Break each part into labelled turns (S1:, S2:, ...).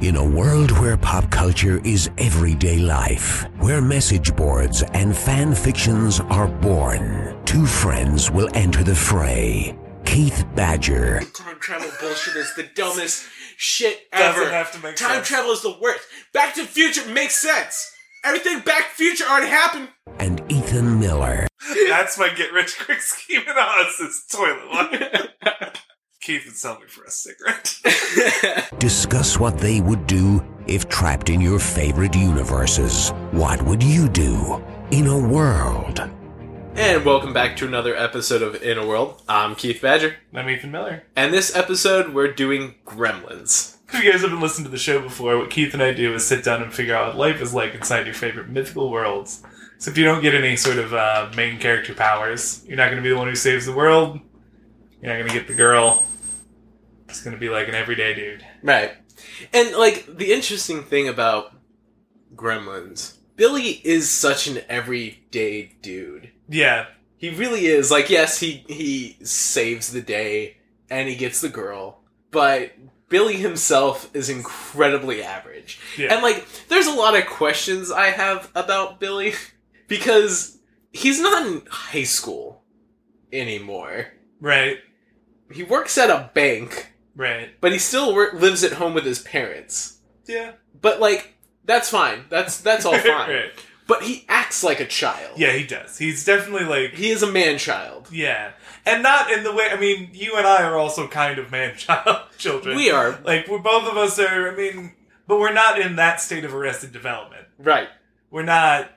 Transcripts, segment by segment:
S1: In a world where pop culture is everyday life, where message boards and fan fictions are born, two friends will enter the fray. Keith Badger
S2: Time travel bullshit is the dumbest shit
S3: Doesn't
S2: ever.
S3: have to make
S2: Time
S3: sense.
S2: travel is the worst. Back to the Future makes sense. Everything Back to the Future already happened.
S1: and Ethan Miller.
S3: That's my get rich quick scheme in us is toilet water. Keith would sell me for a cigarette.
S1: Discuss what they would do if trapped in your favorite universes. What would you do in a world?
S2: And welcome back to another episode of In a World. I'm Keith Badger,
S3: I'm Ethan Miller.
S2: and this episode we're doing Gremlins.
S3: If you guys haven't listened to the show before, what Keith and I do is sit down and figure out what life is like inside your favorite mythical worlds. So if you don't get any sort of uh, main character powers, you're not going to be the one who saves the world. You're not going to get the girl. It's going to be like an everyday dude.
S2: Right. And like the interesting thing about Gremlins, Billy is such an everyday dude.
S3: Yeah,
S2: He really is. Like, yes, he he saves the day and he gets the girl, but Billy himself is incredibly average.
S3: Yeah.
S2: And like, there's a lot of questions I have about Billy because he's not in high school anymore.
S3: right,
S2: He works at a bank,
S3: right.
S2: but he still wor- lives at home with his parents.
S3: Yeah,
S2: But like, that's fine. That's that's all fine.
S3: right.
S2: But he acts like a child.
S3: Yeah, he does. He's definitely like
S2: He is a man child.
S3: Yeah, and not in the way. I mean, you and I are also kind of man-child children.
S2: We are
S3: like we're both of us are. I mean, but we're not in that state of arrested development.
S2: right.
S3: We're not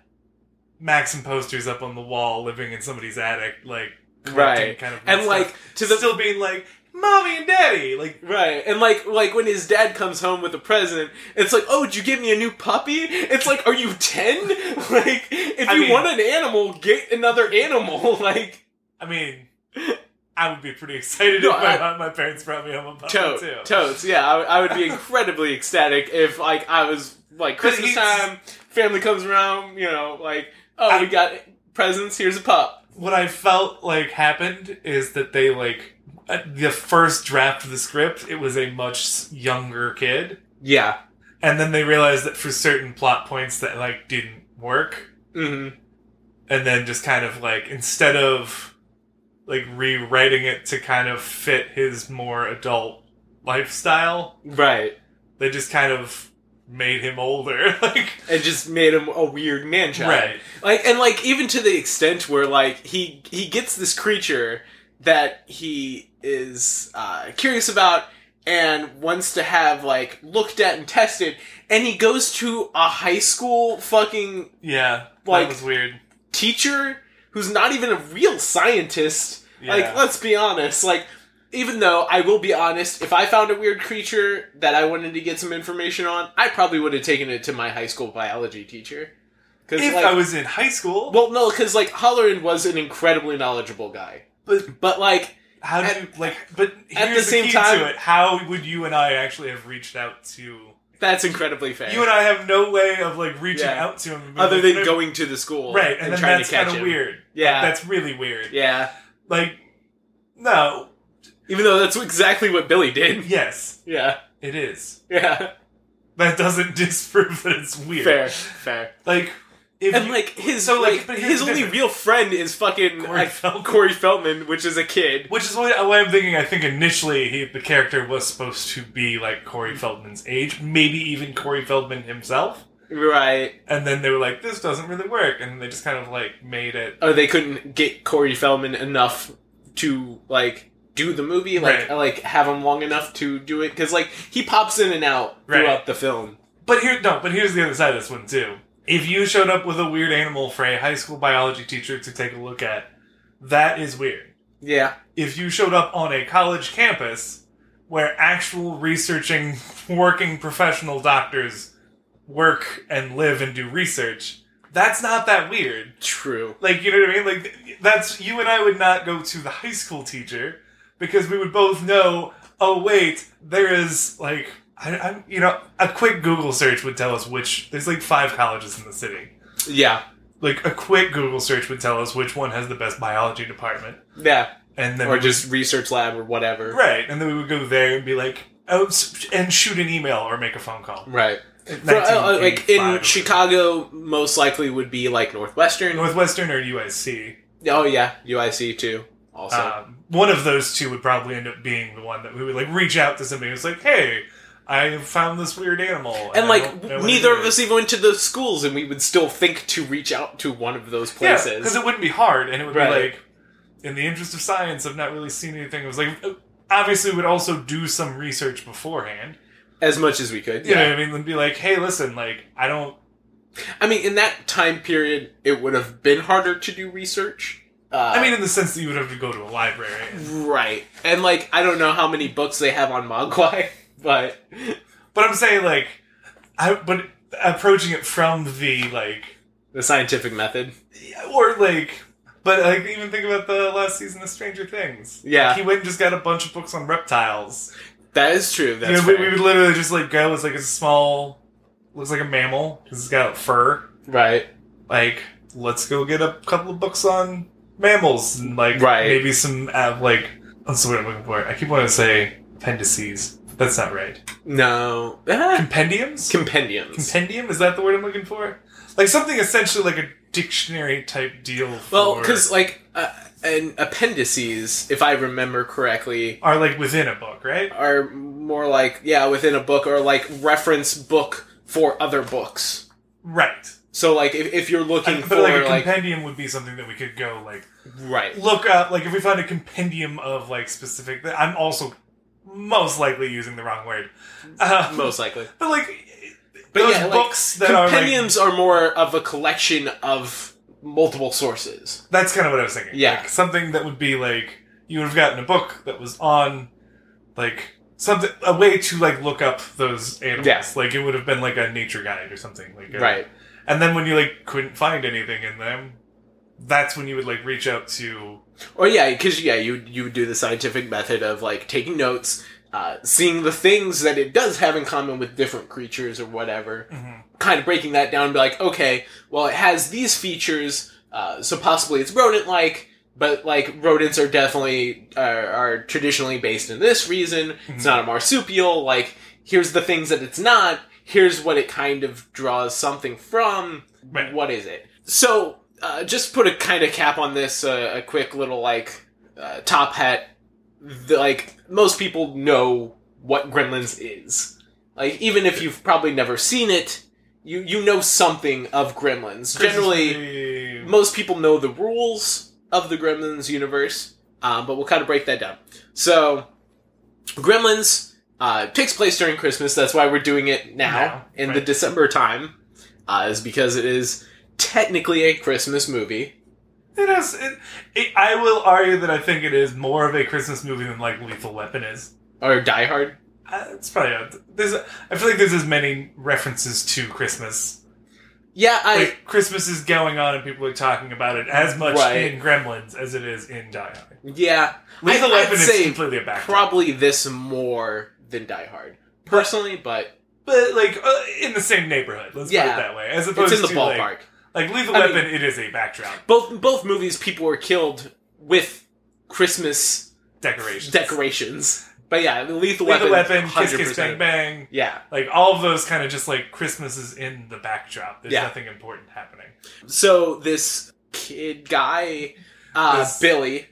S3: Maxim posters up on the wall, living in somebody's attic, like collecting
S2: Right.
S3: kind of
S2: and
S3: stuff.
S2: like to the
S3: still being like mommy and daddy, like
S2: right and like like when his dad comes home with a present it's like oh did you give me a new puppy it's like are you 10 like if
S3: I
S2: you
S3: mean-
S2: want an animal get another animal like
S3: I mean. I would be pretty excited
S2: No,
S3: if my,
S2: I-
S3: my parents brought Oh, me home a puppy
S2: toad
S3: too.
S2: toads yeah I, I would be incredibly ecstatic if like i was like
S3: But
S2: christmas
S3: he's-
S2: time family comes around you know like oh we
S3: I-
S2: got presents here's a pup
S3: what I felt like happened is that they like at the first draft of the script, it was a much younger kid,
S2: yeah
S3: and then they realized that for certain plot points that like didn't work,
S2: hmm
S3: and then just kind of like instead of like rewriting it to kind of fit his more adult lifestyle,
S2: right
S3: they just kind of made him older, like
S2: and just made him a weird man child
S3: right,
S2: like and like even to the extent where like he he gets this creature that he is uh, curious about and wants to have like looked at and tested and he goes to a high school fucking
S3: yeah,
S2: Like-
S3: that was weird.
S2: teacher who's not even a real scientist
S3: Yeah.
S2: like let's be honest like even though I will be honest, if I found a weird creature that I wanted to get some information on, I probably would have taken it to my high school biology teacher. 'Cause,
S3: If
S2: like-
S3: I was in high school,
S2: well, no, because like Hollerin was an incredibly knowledgeable guy,
S3: but
S2: but like
S3: How do
S2: At-
S3: you like? But here's
S2: at the
S3: the,
S2: same
S3: key
S2: time-
S3: to it. How would you and I actually have reached out to you?
S2: that's incredibly fair.
S3: And I have no way of like reaching
S2: Yeah.
S3: out to him and being
S2: other
S3: like,
S2: than
S3: "Hey,"
S2: going to the school,
S3: right,
S2: and,
S3: and, then
S2: trying
S3: that's
S2: to catch
S3: kind of
S2: him.
S3: weird.
S2: Yeah,
S3: that's really weird.
S2: yeah.
S3: Like, no,
S2: Even though that's exactly what Billy did.
S3: yes,
S2: Yeah,
S3: it is.
S2: yeah.
S3: That doesn't disprove that it's weird.
S2: Fair, fair.
S3: Like, if
S2: And
S3: you-
S2: like his
S3: so, like,
S2: like,
S3: but here's
S2: his
S3: the
S2: only
S3: difference.
S2: real friend is fucking
S3: Corey
S2: like,
S3: Feldman.
S2: Corey Feldman, which is a kid.
S3: Which is why why I'm thinking. I think initially he, the character was supposed to be like Corey Feldman's age, maybe even Corey Feldman himself.
S2: Right.
S3: And then they were like, "This doesn't really work," and they just kind of like made it
S2: Or Oh, they couldn't get Corey Feldman enough to like do the movie, like
S3: Right.
S2: like have him long enough to do it, because like he pops in and out
S3: Right.
S2: throughout the film.
S3: But here, no. But here's the other side of this one too. If you showed up with a weird animal for a high school biology teacher to take a look at, that is weird.
S2: Yeah.
S3: If you showed up on a college campus where actual researching, working professional doctors work and live and do research, that's not that weird.
S2: True.
S3: Like you know what I mean? Like th- that's you and I would not go to the high school teacher because we would both know. Oh wait, there is like I, I'm you know a quick Google search would tell us which there's like five colleges in the city.
S2: Yeah.
S3: Like a quick Google search would tell us which one has the best biology department,
S2: Yeah.
S3: and then
S2: Or
S3: we would-
S2: just research lab or whatever.
S3: right, and then we would go there and be like, oh, s- and shoot an email or make a phone call.
S2: Right. For, uh, like
S3: 1985
S2: in
S3: or
S2: Chicago, most likely would be like Northwestern.
S3: Northwestern or USC.
S2: oh yeah, UIC too. Also,
S3: Um, one of those two would probably end up being the one that we would like reach out to somebody who's like, "Hey, I found this weird animal,"
S2: and
S3: I
S2: like
S3: don't know what it
S2: neither of
S3: is."
S2: us even went to those schools, and we would still think to reach out to one of those
S3: Yeah,
S2: places.
S3: because it wouldn't be hard, and it would be
S2: Right.
S3: like, in the interest of science, I've not really seen anything. It was like, obviously, we would also do some research beforehand.
S2: as much as we could.
S3: You know what I mean? And be like, hey, listen, like, I don't.
S2: I mean, in that time period, it would have been harder to do research. Uh,
S3: I mean, in the sense that you would have to go to a library. and-
S2: right. And, like, I don't know how many books they have on Mogwai, but.
S3: But I'm saying, like, I but approaching it from the like,
S2: The scientific method.
S3: or like. But like even think about the last season of Stranger Things.
S2: Yeah.
S3: he went and just got a bunch of books on reptiles.
S2: That is true.
S3: You
S2: That's
S3: know, we,
S2: fair.
S3: we would literally just like go. It's like a small, looks like a mammal because it's got fur.
S2: Right.
S3: like let's go get a couple of books on mammals and like
S2: Right.
S3: maybe some uh, like that's the word I'm looking for. I keep wanting to say appendices. That's not right.
S2: No. Ah,
S3: Compendiums.
S2: compendiums.
S3: Compendium is that the word I'm looking for? Like something essentially like a dictionary type deal. For,
S2: well, because, like, uh, and appendices, if I remember correctly,
S3: are like within a book, right?
S2: are more like, yeah, within a book or, like, reference book for other books.
S3: Right.
S2: So, like, if, if you're looking
S3: But
S2: for,
S3: like a
S2: like,
S3: compendium would be something that we could go like
S2: right.
S3: look up. Like if we find a compendium of like specific, I'm also most likely using the wrong word. Uh,
S2: Most likely.
S3: But like,
S2: But
S3: those
S2: yeah, like,
S3: books that are like,
S2: Compendiums are, more of a collection of multiple sources.
S3: that's kind of what I was thinking.
S2: Yeah.
S3: like, something that would be like you would have gotten a book that was on like something a way to like look up those animals.
S2: Yeah.
S3: Like it would have been like a nature guide or something like a- And then when you like couldn't find anything in them, that's when you would like reach out to
S2: Or yeah, because yeah, you you would do the scientific method of like taking notes, uh, seeing the things that it does have in common with different creatures or whatever. Kind of breaking that down, and be like, okay, well, it has these features, uh, so possibly it's rodent-like. But like rodents are definitely are, are traditionally based in this reason. It's not a marsupial. Like here's the things that it's not. Here's what it kind of draws something from.
S3: Right.
S2: What is it? So uh, just put a kind of cap on this. Uh, a quick little like uh, top hat. The, like most people know what Gremlins is. Like even if you've probably never seen it, you you know something of Gremlins. Generally
S3: Christmas-
S2: most people know the rules of the Gremlins universe, um, but we'll kind of break that down. So, Gremlins uh, takes place during Christmas. That's why we're doing it now
S3: Now,
S2: in the
S3: right.
S2: December time, uh, is because it is technically a Christmas movie.
S3: It has. It, it, I will argue that I think it is more of a Christmas movie than like Lethal Weapon is.
S2: Or Die Hard.
S3: Uh, it's probably out. There's, I feel like there's as many references to Christmas.
S2: Yeah, I.
S3: Like Christmas is going on and people are talking about it as much
S2: Right.
S3: in Gremlins as it is in Die Hard.
S2: Yeah.
S3: Lethal
S2: I,
S3: Weapon
S2: I'd
S3: is
S2: say
S3: completely a back.
S2: probably this more than Die Hard. Personally, but
S3: but like uh, in the same neighborhood. Let's put
S2: Yeah.
S3: it that way. As opposed
S2: it's in the
S3: to
S2: ballpark.
S3: like, like Lethal
S2: I mean-
S3: Weapon, it is a backdrop
S2: both both movies, people were killed with Christmas
S3: decoration.
S2: decorations. But yeah, the lethal,
S3: Lethal
S2: weapon,
S3: Weapon, Kiss Kiss
S2: 100%.
S3: Bang Bang,
S2: Yeah.
S3: like all of those kind of just like Christmas is in the backdrop. There's
S2: Yeah.
S3: nothing important happening.
S2: So this kid guy, uh,
S3: This-
S2: Billy,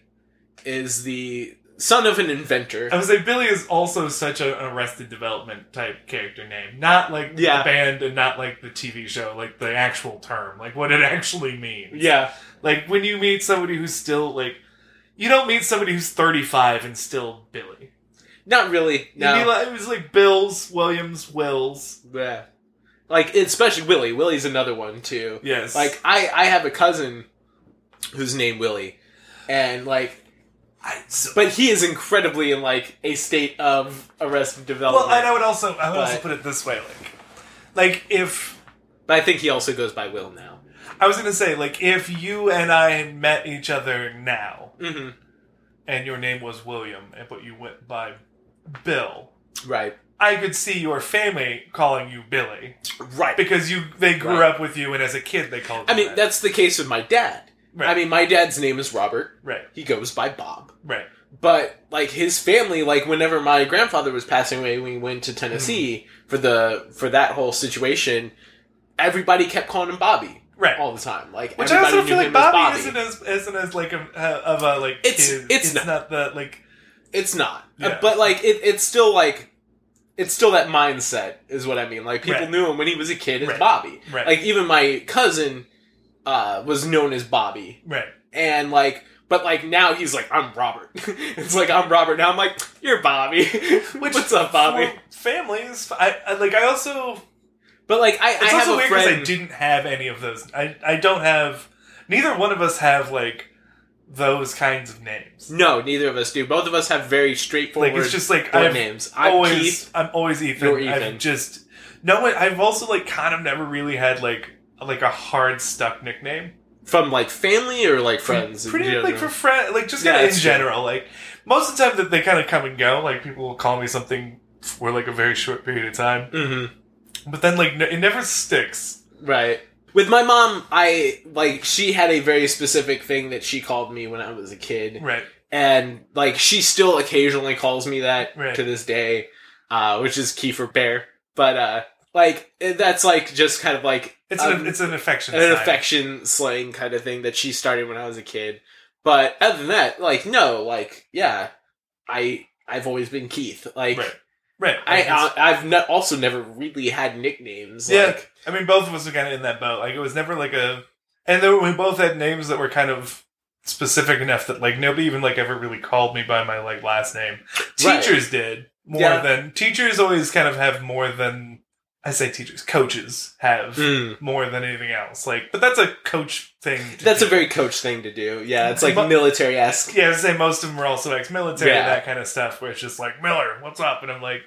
S2: is the son of an inventor.
S3: I would say Billy is also such a, an Arrested Development type character name, not like
S2: Yeah.
S3: the band and not like the TV show, like the actual term, like what it actually means.
S2: yeah.
S3: Like when you meet somebody who's still like, you don't meet somebody who's thirty five and still Billy.
S2: Not really.
S3: You'd be
S2: No.
S3: like, it was like Bills, Williams, Wills.
S2: Yeah. Like especially Willie. Willie's another one too.
S3: Yes,
S2: Like I, I have a cousin who's named Willie, and like,
S3: I, so,
S2: but he is incredibly in like a state of arrested
S3: well,
S2: development.
S3: and I would also I would also
S2: But-
S3: put it this way, like, like if
S2: But I think he also goes by Will now.
S3: I was gonna say, like if you and I met each other now,
S2: hmm
S3: and your name was William, and but you went by Bill.
S2: Right.
S3: I could see your family calling you Billy
S2: Right.
S3: because you they grew
S2: Right.
S3: up with you, and as a kid they called.
S2: I
S3: you
S2: mean,
S3: that.
S2: that's the case with my dad.
S3: Right.
S2: I mean, my dad's name is Robert.
S3: Right.
S2: He goes by Bob.
S3: Right.
S2: But like his family, like whenever my grandfather was passing away, we went to Tennessee
S3: Mm-hmm.
S2: for the for that whole situation. Everybody kept calling him Bobby
S3: Right.
S2: all the time. Like
S3: Which I
S2: everybody
S3: also
S2: knew
S3: feel like
S2: him as
S3: Bobby,
S2: Bobby.
S3: isn't as isn't as like a uh, of a like
S2: It's-
S3: kid.
S2: it's
S3: not. the like
S2: It's not. Uh,
S3: Yeah.
S2: But like it, it's still like it's still that mindset is what I mean. Like people
S3: Right.
S2: knew him when he was a kid as
S3: Right.
S2: Bobby.
S3: Right.
S2: Like even my cousin uh, was known as Bobby,
S3: right
S2: and like. But like now he's like I'm Robert. it's like I'm Robert now. I'm like you're Bobby. What's up, Bobby?
S3: for Families. I, I like. I also.
S2: But like I, I
S3: It's
S2: have
S3: also
S2: a
S3: weird
S2: friend.
S3: I didn't have any of those. I I don't have. Neither one of us have like those kinds of names.
S2: No, neither of us do. Both of us have very straightforward
S3: Like it's just like
S2: boy
S3: I've
S2: names. I'm
S3: always
S2: Keith.
S3: I'm always Ethan.
S2: You're
S3: I've
S2: Ethan.
S3: just no. I- I've also like kind of never really had like like a hard stuck nickname.
S2: from like family or like friends. in
S3: pretty
S2: general?
S3: like for friend, like just
S2: Yeah,
S3: kinda in
S2: that's true.
S3: general. Like most of the time that they kind of come and go. Like people will call me something for like a very short period of time,
S2: Mhm.
S3: but then like n it never sticks.
S2: Right. With my mom, I like she had a very specific thing that she called me when I was a kid,
S3: Right,
S2: and like she still occasionally calls me that
S3: Right.
S2: to this day, uh, which is Kiefer Bear. But uh, like that's like just kind of like
S3: it's
S2: um,
S3: an it's an affection.
S2: an
S3: sign.
S2: affection slang kind of thing that she started when I was a kid. But other than that, like no, like yeah, I I've always been Keith. Like
S3: Right. Right.
S2: I, uh,
S3: Like, it's-
S2: I I've not, also never really had nicknames.
S3: Yeah.
S2: Like,
S3: I mean, both of us are kind of in that boat. Like it was never like a, and there, we both had names that were kind of specific enough that like nobody even like ever really called me by my like last name.
S2: Right.
S3: Teachers did more
S2: Yeah.
S3: than teachers always kind of have more than I say teachers coaches have
S2: Mm.
S3: more than anything else. Like, but that's a coach thing. to
S2: that's a
S3: do.
S2: very coach thing to do. Yeah, it's like
S3: But-
S2: military esque.
S3: yeah. I would say most of them were also ex-military,
S2: Yeah.
S3: that kind of stuff, where it's just like Miller, what's up? And I'm like,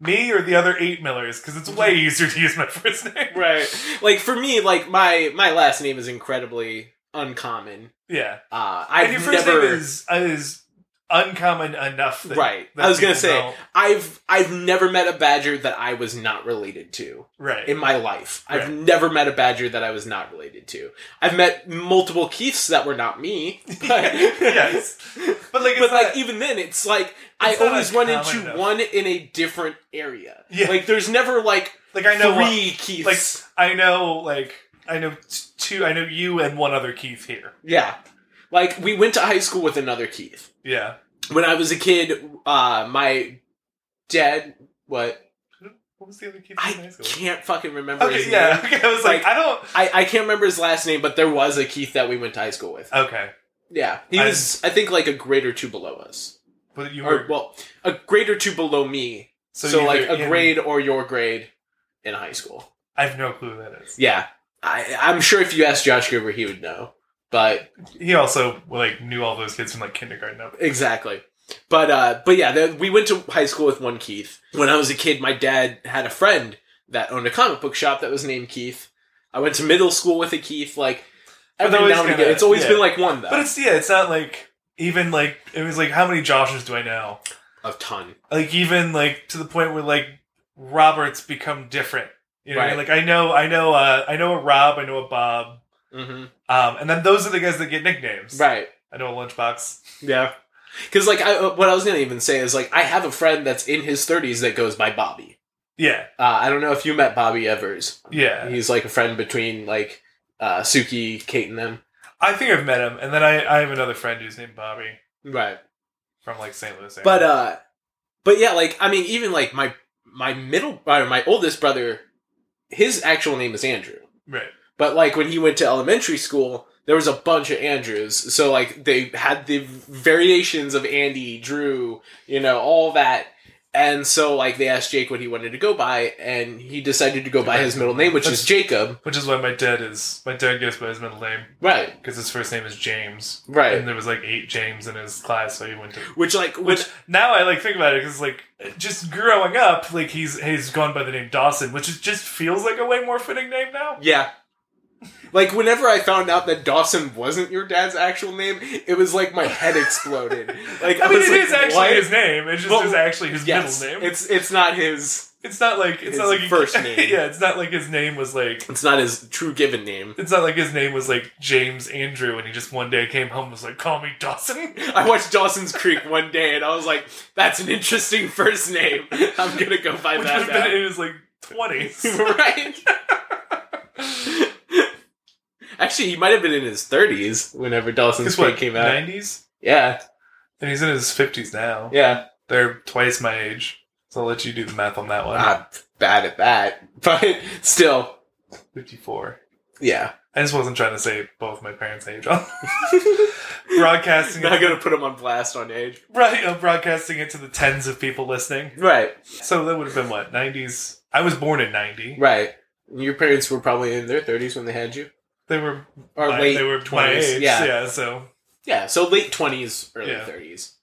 S3: me or the other eight Millers, because it's way easier to use my first name.
S2: Right. Like for me, like my my last name is incredibly uncommon.
S3: Yeah.
S2: Uh,
S3: And
S2: I've
S3: your first
S2: never.
S3: name is is uncommon enough that
S2: Right.
S3: that
S2: I was gonna
S3: people
S2: say-
S3: know-
S2: I've I've never met a badger that I was not related to.
S3: right
S2: in my life. I've
S3: Right.
S2: never met a badger that I was not related to. I've met multiple Keiths that were not me. But,
S3: Yes. but like
S2: But
S3: it's
S2: like
S3: not-
S2: even then it's like I
S3: It's not
S2: always run
S3: uncommon
S2: into
S3: enough.
S2: one in a different area.
S3: Yeah.
S2: Like there's never like
S3: like I know one-
S2: three Keiths.
S3: I know like I know t- two I know you and one other Keith here
S2: yeah. Like we went to high school with another Keith.
S3: yeah
S2: When I was a kid, uh my dad what
S3: what was the other Keith in high
S2: I
S3: school
S2: can't fucking remember his
S3: okay yeah
S2: name.
S3: okay I was like,
S2: Like-
S3: I don't
S2: I, I can't remember his last name, but there was a Keith that we went to high school with.
S3: okay
S2: Yeah, he
S3: I-
S2: was. I think like a grade or two below us,
S3: but you
S2: or
S3: were
S2: well, a grade or two below me. So,
S3: you
S2: like
S3: were
S2: a
S3: in-
S2: grade or your grade in high school.
S3: I have no clue who that is
S2: Yeah, I, I'm sure if you asked Josh Gruber, he would know. But
S3: he also like knew all those kids from like kindergarten up
S2: exactly. But uh, but yeah, the, we went to high school with one Keith. When I was a kid, my dad had a friend that owned a comic book shop that was named Keith. I went to middle school with a Keith. Like
S3: But
S2: every
S3: always
S2: now and
S3: kinda-
S2: again, it's always
S3: yeah.
S2: been like one though.
S3: but it's yeah it's not like even like it was like how many Joshes do I know
S2: a ton.
S3: like even like to the point where like Roberts become different. You know, what I mean?
S2: Right.
S3: like I know, I know, uh, I know a Rob, I know a Bob,
S2: hmm
S3: um, and then those are the guys that get nicknames.
S2: Right.
S3: I know a Lunchbox.
S2: Yeah. Because, like, I, uh, what I was going to even say is, like, I have a friend that's in his 30s that goes by Bobby.
S3: Yeah,
S2: Uh, I don't know if you met Bobby Evers.
S3: yeah.
S2: He's, like, a friend between, like, uh, Suki, Kate, and them.
S3: I think I've met him, and then I, I have another friend who's named Bobby
S2: Right.
S3: from like St. Louis. area.
S2: But, uh, but yeah, like, I mean, even, like, my, my middle, or my oldest brother, his actual name is Andrew.
S3: right,
S2: But, like, when he went to elementary school, there was a bunch of Andrews. So, like, they had the variations of Andy, Drew, you know, all that. And so, like, they asked Jake what he wanted to go by, and he decided to go by his middle name, which is Jacob.
S3: which is why my dad is my dad goes by his middle name
S2: Right,
S3: because his first name is James, and
S2: right.
S3: there was like eight James in his class, so he went to.
S2: Which, like,
S3: Which
S2: which,
S3: now I like think about it because like just growing up, like he's he's gone by the name Dawson, which is, just feels like a way more fitting name now.
S2: yeah. Like whenever I found out that Dawson wasn't your dad's actual name, it was like my head exploded. Like
S3: I mean,
S2: was
S3: it
S2: like,
S3: is actually
S2: what?
S3: his name. It just
S2: Well,
S3: is actually his
S2: yes,
S3: middle name.
S2: It's it's not his.
S3: It's not like it's
S2: His
S3: not like he-
S2: first name.
S3: yeah, it's not like his name was like
S2: It's not his true given name.
S3: it's not like his name was like James Andrew, and he just one day came home and was like, "Call me Dawson."
S2: I watched Dawson's Creek one day, and I was like, "That's an interesting first name. I'm gonna go by
S3: Which would
S2: that."
S3: have been
S2: now."
S3: in his like twenties.
S2: right? Actually, he might have been in his 30s whenever Dawson's
S3: Guess
S2: Creek
S3: what?
S2: came out.
S3: Nineties.
S2: Yeah,
S3: And he's in his fifties now.
S2: yeah.
S3: They're twice my age. So I'll let you do the math on that one.
S2: I'm bad at that, but still,
S3: Fifty-four.
S2: yeah.
S3: I just wasn't trying to say both my parents' age on broadcasting.
S2: Not
S3: it,
S2: gonna put him on blast on age.
S3: right, uh, broadcasting it to the tens of people listening.
S2: Right,
S3: So that would have been what nineties. I was born in ninety.
S2: right. Your parents were probably in their 30s when they had you,
S3: They were
S2: or
S3: my-
S2: late
S3: They were
S2: 20s.
S3: my age.
S2: yeah,
S3: Yeah. So
S2: Yeah, so late twenties, early
S3: Yeah.
S2: thirties.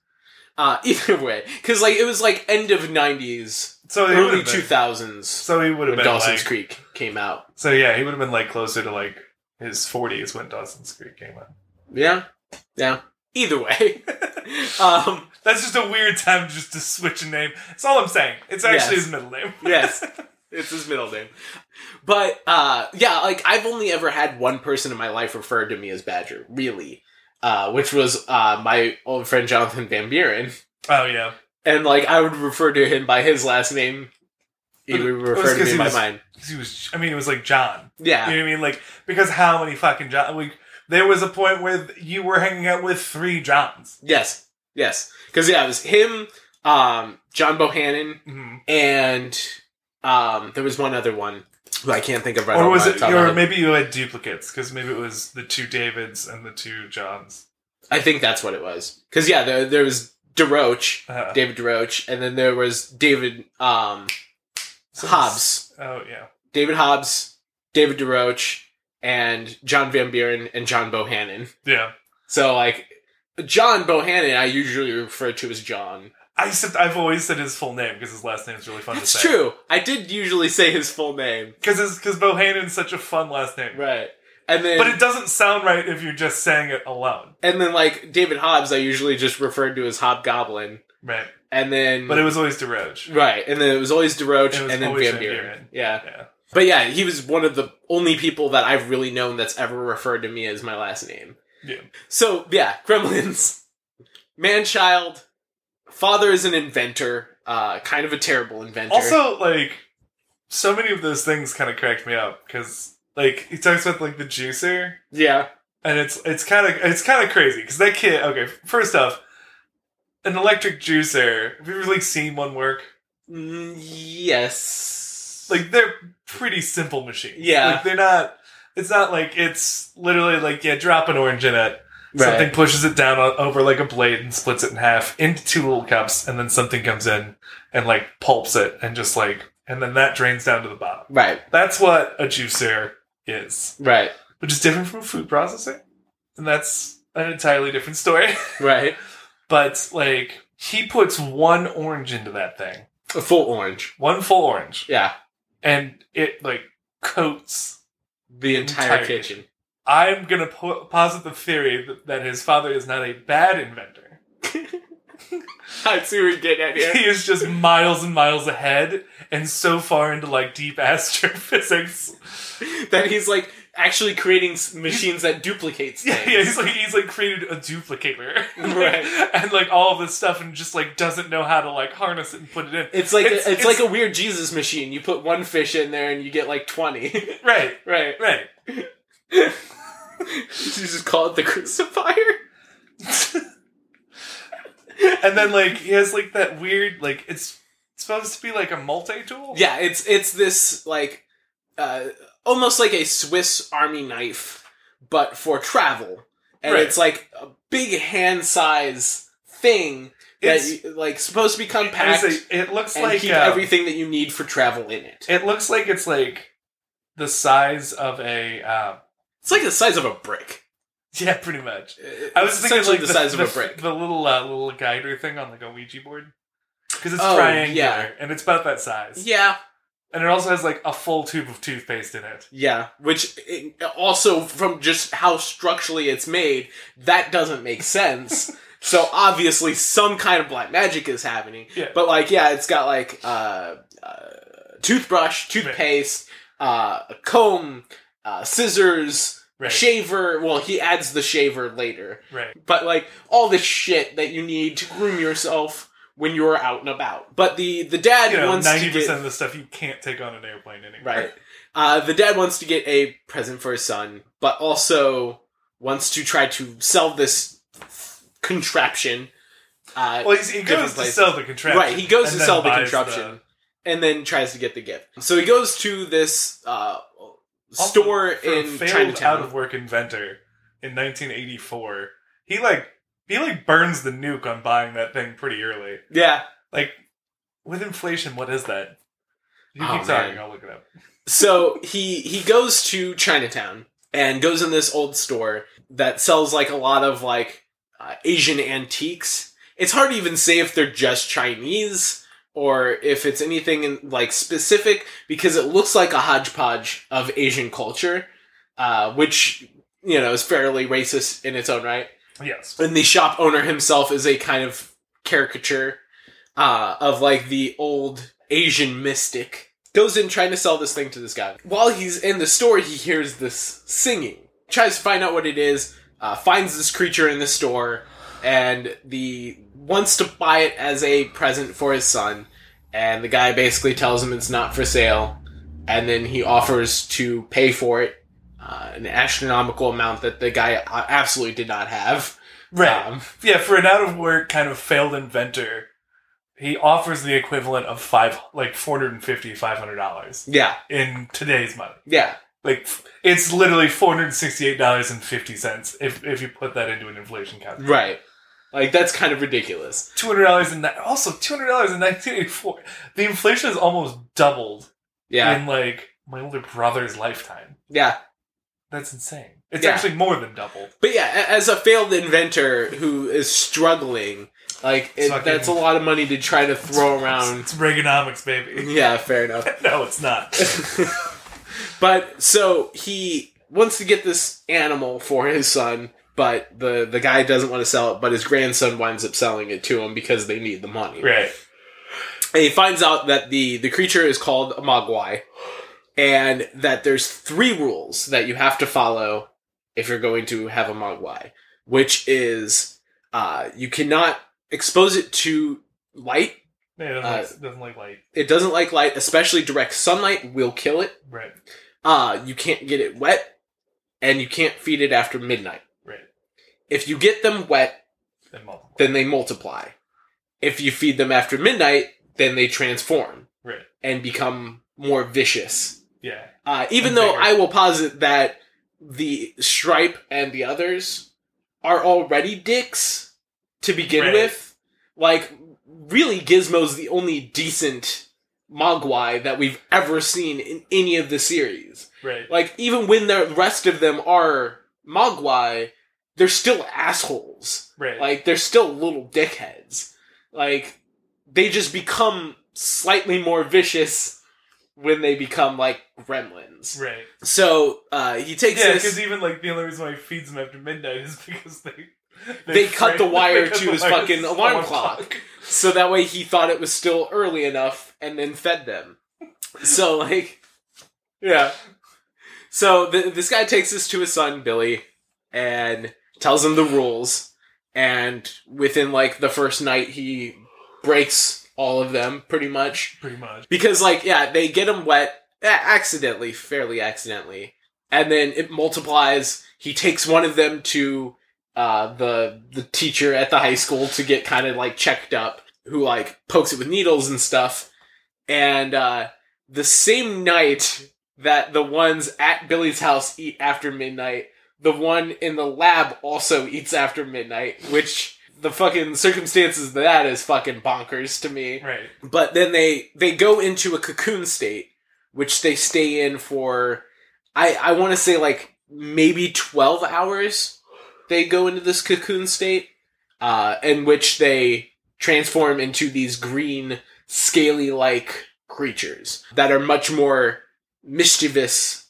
S2: Uh, either way, because like it was like end of nineties,
S3: so he
S2: early
S3: would
S2: two
S3: have been,
S2: thousands
S3: So he would
S2: when
S3: have been
S2: Dawson's
S3: like,
S2: Creek came out.
S3: So yeah, he would have been like closer to like his forties when Dawson's Creek came out.
S2: Yeah, yeah. Either way, um,
S3: That's just a weird time just to switch a name. That's all I'm saying. It's actually
S2: Yes.
S3: his middle name.
S2: yes, it's his middle name. But uh, yeah, like I've only ever had one person in my life referred to me as Badger, really, uh, which was uh, my old friend Jonathan Van Buren,
S3: Oh yeah.
S2: and like I would refer to him by his last name. He
S3: But
S2: would
S3: it was
S2: refer to
S3: 'cause
S2: me
S3: he
S2: by
S3: was-
S2: mine.
S3: 'Cause he was I mean it was like John.
S2: Yeah.
S3: You know what I mean? Like because how many fucking John like there was a point where you were hanging out with three Johns.
S2: Yes, yes, because yeah, it was him, um, John Bohannon,
S3: Mhm.
S2: and um, there was one other one who I can't think of right.
S3: Or
S2: off
S3: was
S2: the
S3: it
S2: top of my
S3: or
S2: head.
S3: maybe you had duplicates because maybe it was the two Davids and the two Johns.
S2: I think that's what it was. Because yeah, there, there was DeRoach,
S3: Uh,
S2: David DeRoach, and then there was David um,
S3: so
S2: Hobbs,
S3: it's- Oh yeah.
S2: David Hobbs, David DeRoach, and John Van Buren and John Bohannon.
S3: Yeah.
S2: So like. John Bohannon, I usually refer to as John.
S3: I said, I've always said his full name because his last name is really fun to
S2: That's
S3: say.
S2: true. I did usually say his full name,
S3: Because because Bohannon's such a fun last name.
S2: right? And then,
S3: But it doesn't sound right if you're just saying it alone,
S2: And then like David Hobbs, I usually just referred to as Hobgoblin.
S3: right?
S2: And then
S3: But it was always DeRoche.
S2: right, and then it was always DeRoach
S3: It was
S2: and then
S3: always
S2: Van
S3: Van
S2: Buren.
S3: Buren.
S2: Yeah.
S3: Yeah.
S2: But yeah, he was one of the only people that I've really known that's ever referred to me as my last name.
S3: Yeah.
S2: So yeah, Gremlins. Man child. Father is an inventor, uh, kind of a terrible inventor.
S3: Also, like, so many of those things kind of cracked me up because, like, he talks about like the juicer,
S2: yeah.
S3: and it's it's kind of it's kind of crazy because that kid. Okay, first off, an electric juicer. Have you ever like seen one work?
S2: Mm, yes.
S3: Like, they're pretty simple machines.
S2: Yeah.
S3: like they're not. It's not like it's literally like yeah, drop an orange in it. Something pushes it down o- over like a blade and splits it in half into two little cups, and then something comes in and like pulps it and just like, and then that drains down to the bottom.
S2: Right.
S3: That's what a juicer is,
S2: Right.
S3: which is different from food processing, and that's an entirely different story.
S2: Right.
S3: but like, he puts one orange into that thing,
S2: A full orange.
S3: one full orange,
S2: Yeah.
S3: and it like coats.
S2: The entire,
S3: Entire
S2: kitchen.
S3: I'm gonna po- posit the theory that, that his father is not a bad inventor.
S2: I see what you're getting at
S3: he is just miles and miles ahead and so far into like deep astrophysics.
S2: that he's like actually creating s- machines that duplicates
S3: Yeah,
S2: things.
S3: yeah, he's like he's like created a duplicator,
S2: Right.
S3: and like all of this stuff, and just like doesn't know how to like harness it and put it in.
S2: It's like
S3: It's-
S2: a, it's,
S3: it's-
S2: like a weird Jesus machine. You put one fish in there and you get like twenty.
S3: Right,
S2: right.
S3: right.
S2: You just call it the crucifier.
S3: And then like he has like that weird like it's, it's supposed to be like a multi tool.
S2: Yeah, it's it's this like uh, almost like a Swiss Army knife, but for travel. And
S3: Right.
S2: it's like a big hand size thing that
S3: It's-
S2: you, like supposed to be
S3: I
S2: compact
S3: say, it looks
S2: and
S3: like
S2: keep
S3: uh,
S2: everything that you need for travel in it.
S3: It looks like it's like the size of a uh,
S2: It's like the size of a brick.
S3: yeah, pretty much.
S2: It's
S3: I was thinking
S2: essentially
S3: like
S2: the, size of a brick.
S3: The little uh, little guider thing on like a Ouija board because it's
S2: Oh,
S3: triangular
S2: yeah.
S3: and it's about that size.
S2: yeah,
S3: And it also has like a full tube of toothpaste in it.
S2: Yeah, which it, also from just how structurally it's made, that doesn't make sense. so obviously, some kind of black magic is happening.
S3: Yeah.
S2: But like, yeah, it's got like uh, uh, toothbrush, toothpaste, uh, a comb, uh, scissors,
S3: Right.
S2: shaver. Well, he adds the shaver later,
S3: Right.
S2: but like all the shit that you need to groom yourself when you're out and about. But the the dad
S3: You know,
S2: wants to
S3: ninety
S2: get
S3: percent of the stuff you can't take on an airplane anymore.
S2: Right. Uh, the dad wants to get a present for his son, but also wants to try to sell this contraption. Uh,
S3: Well, he's, he
S2: Different
S3: goes to
S2: places.
S3: sell the contraption.
S2: right, he goes
S3: and
S2: to
S3: then
S2: sell the
S3: buys
S2: contraption and then tries to get the gift. So he goes to this uh,
S3: Also,
S2: store
S3: for a
S2: in
S3: failed
S2: Chinatown.
S3: out of work inventor in 1984. He like he like burns the nuke on buying that thing pretty early.
S2: yeah.
S3: Like with inflation, what is that? You
S2: Oh,
S3: keep talking.
S2: man.
S3: I'll look it up.
S2: So he he goes to Chinatown and goes in this old store that sells like a lot of like uh, Asian antiques. It's hard to even say if they're just Chinese or if it's anything in, like specific because it looks like a hodgepodge of Asian culture, uh, which you know is fairly racist in its own right
S3: Yes.
S2: and the shop owner himself is a kind of caricature uh, of like the old Asian mystic. Goes in trying to sell this thing to this guy. While he's in the store, he hears this singing. Tries to find out what it is. Uh, finds this creature in the store, and the wants to buy it as a present for his son. And the guy basically tells him it's not for sale, and then he offers to pay for it uh, an astronomical amount that the guy uh, absolutely did not have.
S3: Right.
S2: Um,
S3: yeah, for an out of work kind of failed inventor, he offers the equivalent of five like 450 dollars
S2: yeah,
S3: in today's money.
S2: yeah,
S3: Like f- it's literally four hundred sixty eight dollars and fifty cents if if you put that into an inflation calculator.
S2: right. Like that's kind of ridiculous.
S3: two hundred dollars in that. Also, two hundred dollars in nineteen eighty four. The inflation has almost doubled
S2: Yeah,
S3: in like my older brother's lifetime.
S2: yeah.
S3: That's insane. It's
S2: Yeah.
S3: actually more than double.
S2: But yeah, a- as a failed inventor who is struggling, like it,
S3: Fucking-
S2: that's a lot of money to try to throw around. Mm-hmm.
S3: It's, it's Reaganomics, baby.
S2: Yeah, fair enough.
S3: no, it's not.
S2: but so he wants to get this animal for his son, but the the guy doesn't want to sell it. But his grandson winds up selling it to him because they need the money.
S3: right.
S2: And he finds out that the the creature is called a mogwai, and that there's three rules that you have to follow if you're going to have a mogwai, which is uh, you cannot expose it to light.
S3: Yeah, it doesn't,
S2: Uh,
S3: like, it doesn't like light.
S2: It doesn't like light, especially direct sunlight will kill it.
S3: Right.
S2: Uh, you can't get it wet, and you can't feed it after midnight.
S3: Right.
S2: If you get them wet,
S3: Then multiple.
S2: then they multiply. If you feed them after midnight, then they transform
S3: Right.
S2: and become more vicious.
S3: Yeah.
S2: Uh, even
S3: And
S2: though
S3: bigger.
S2: I will posit that the Stripe and the others are already dicks to begin
S3: Right.
S2: with, like, really Gizmo's the only decent Mogwai that we've ever seen in any of the series.
S3: Right.
S2: Like, even when the rest of them are Mogwai, they're still assholes.
S3: Right.
S2: Like they're still little dickheads. Like they just become slightly more vicious when they become like gremlins.
S3: right.
S2: So uh, he takes
S3: Yeah,
S2: this.
S3: because even like the only reason why he feeds them after midnight is because they
S2: They cut the
S3: they
S2: wire
S3: cut
S2: to
S3: the
S2: his
S3: wire
S2: fucking alarm clock. so that way he thought it was still early enough, and then fed them. So like, yeah. So th- this guy takes this to his son Billy, and tells him the rules. And within like the first night, he breaks all of them pretty much.
S3: Pretty much.
S2: Because, like, yeah, they get him wet eh, accidentally, fairly accidentally, and then it multiplies. He takes one of them to uh, the the teacher at the high school to get kind of like checked up, who like pokes it with needles and stuff. And uh, the same night that the ones at Billy's house eat after midnight, the one in the lab also eats after midnight, which the fucking circumstances of that is fucking bonkers to me
S3: Right.
S2: but then they they go into a cocoon state which they stay in for i i want to say like maybe 12 hours they go into this cocoon state uh in which they transform into these green scaly like creatures that are much more mischievous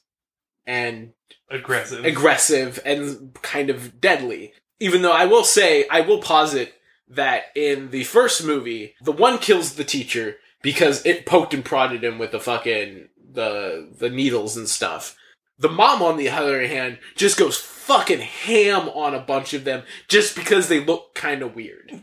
S2: and
S3: aggressive.
S2: aggressive and kind of deadly. Even though I will say, I will posit that in the first movie, the one kills the teacher because it poked and prodded him with the fucking the the needles and stuff. The mom, on the other hand, just goes fucking ham on a bunch of them just because they look kind of weird.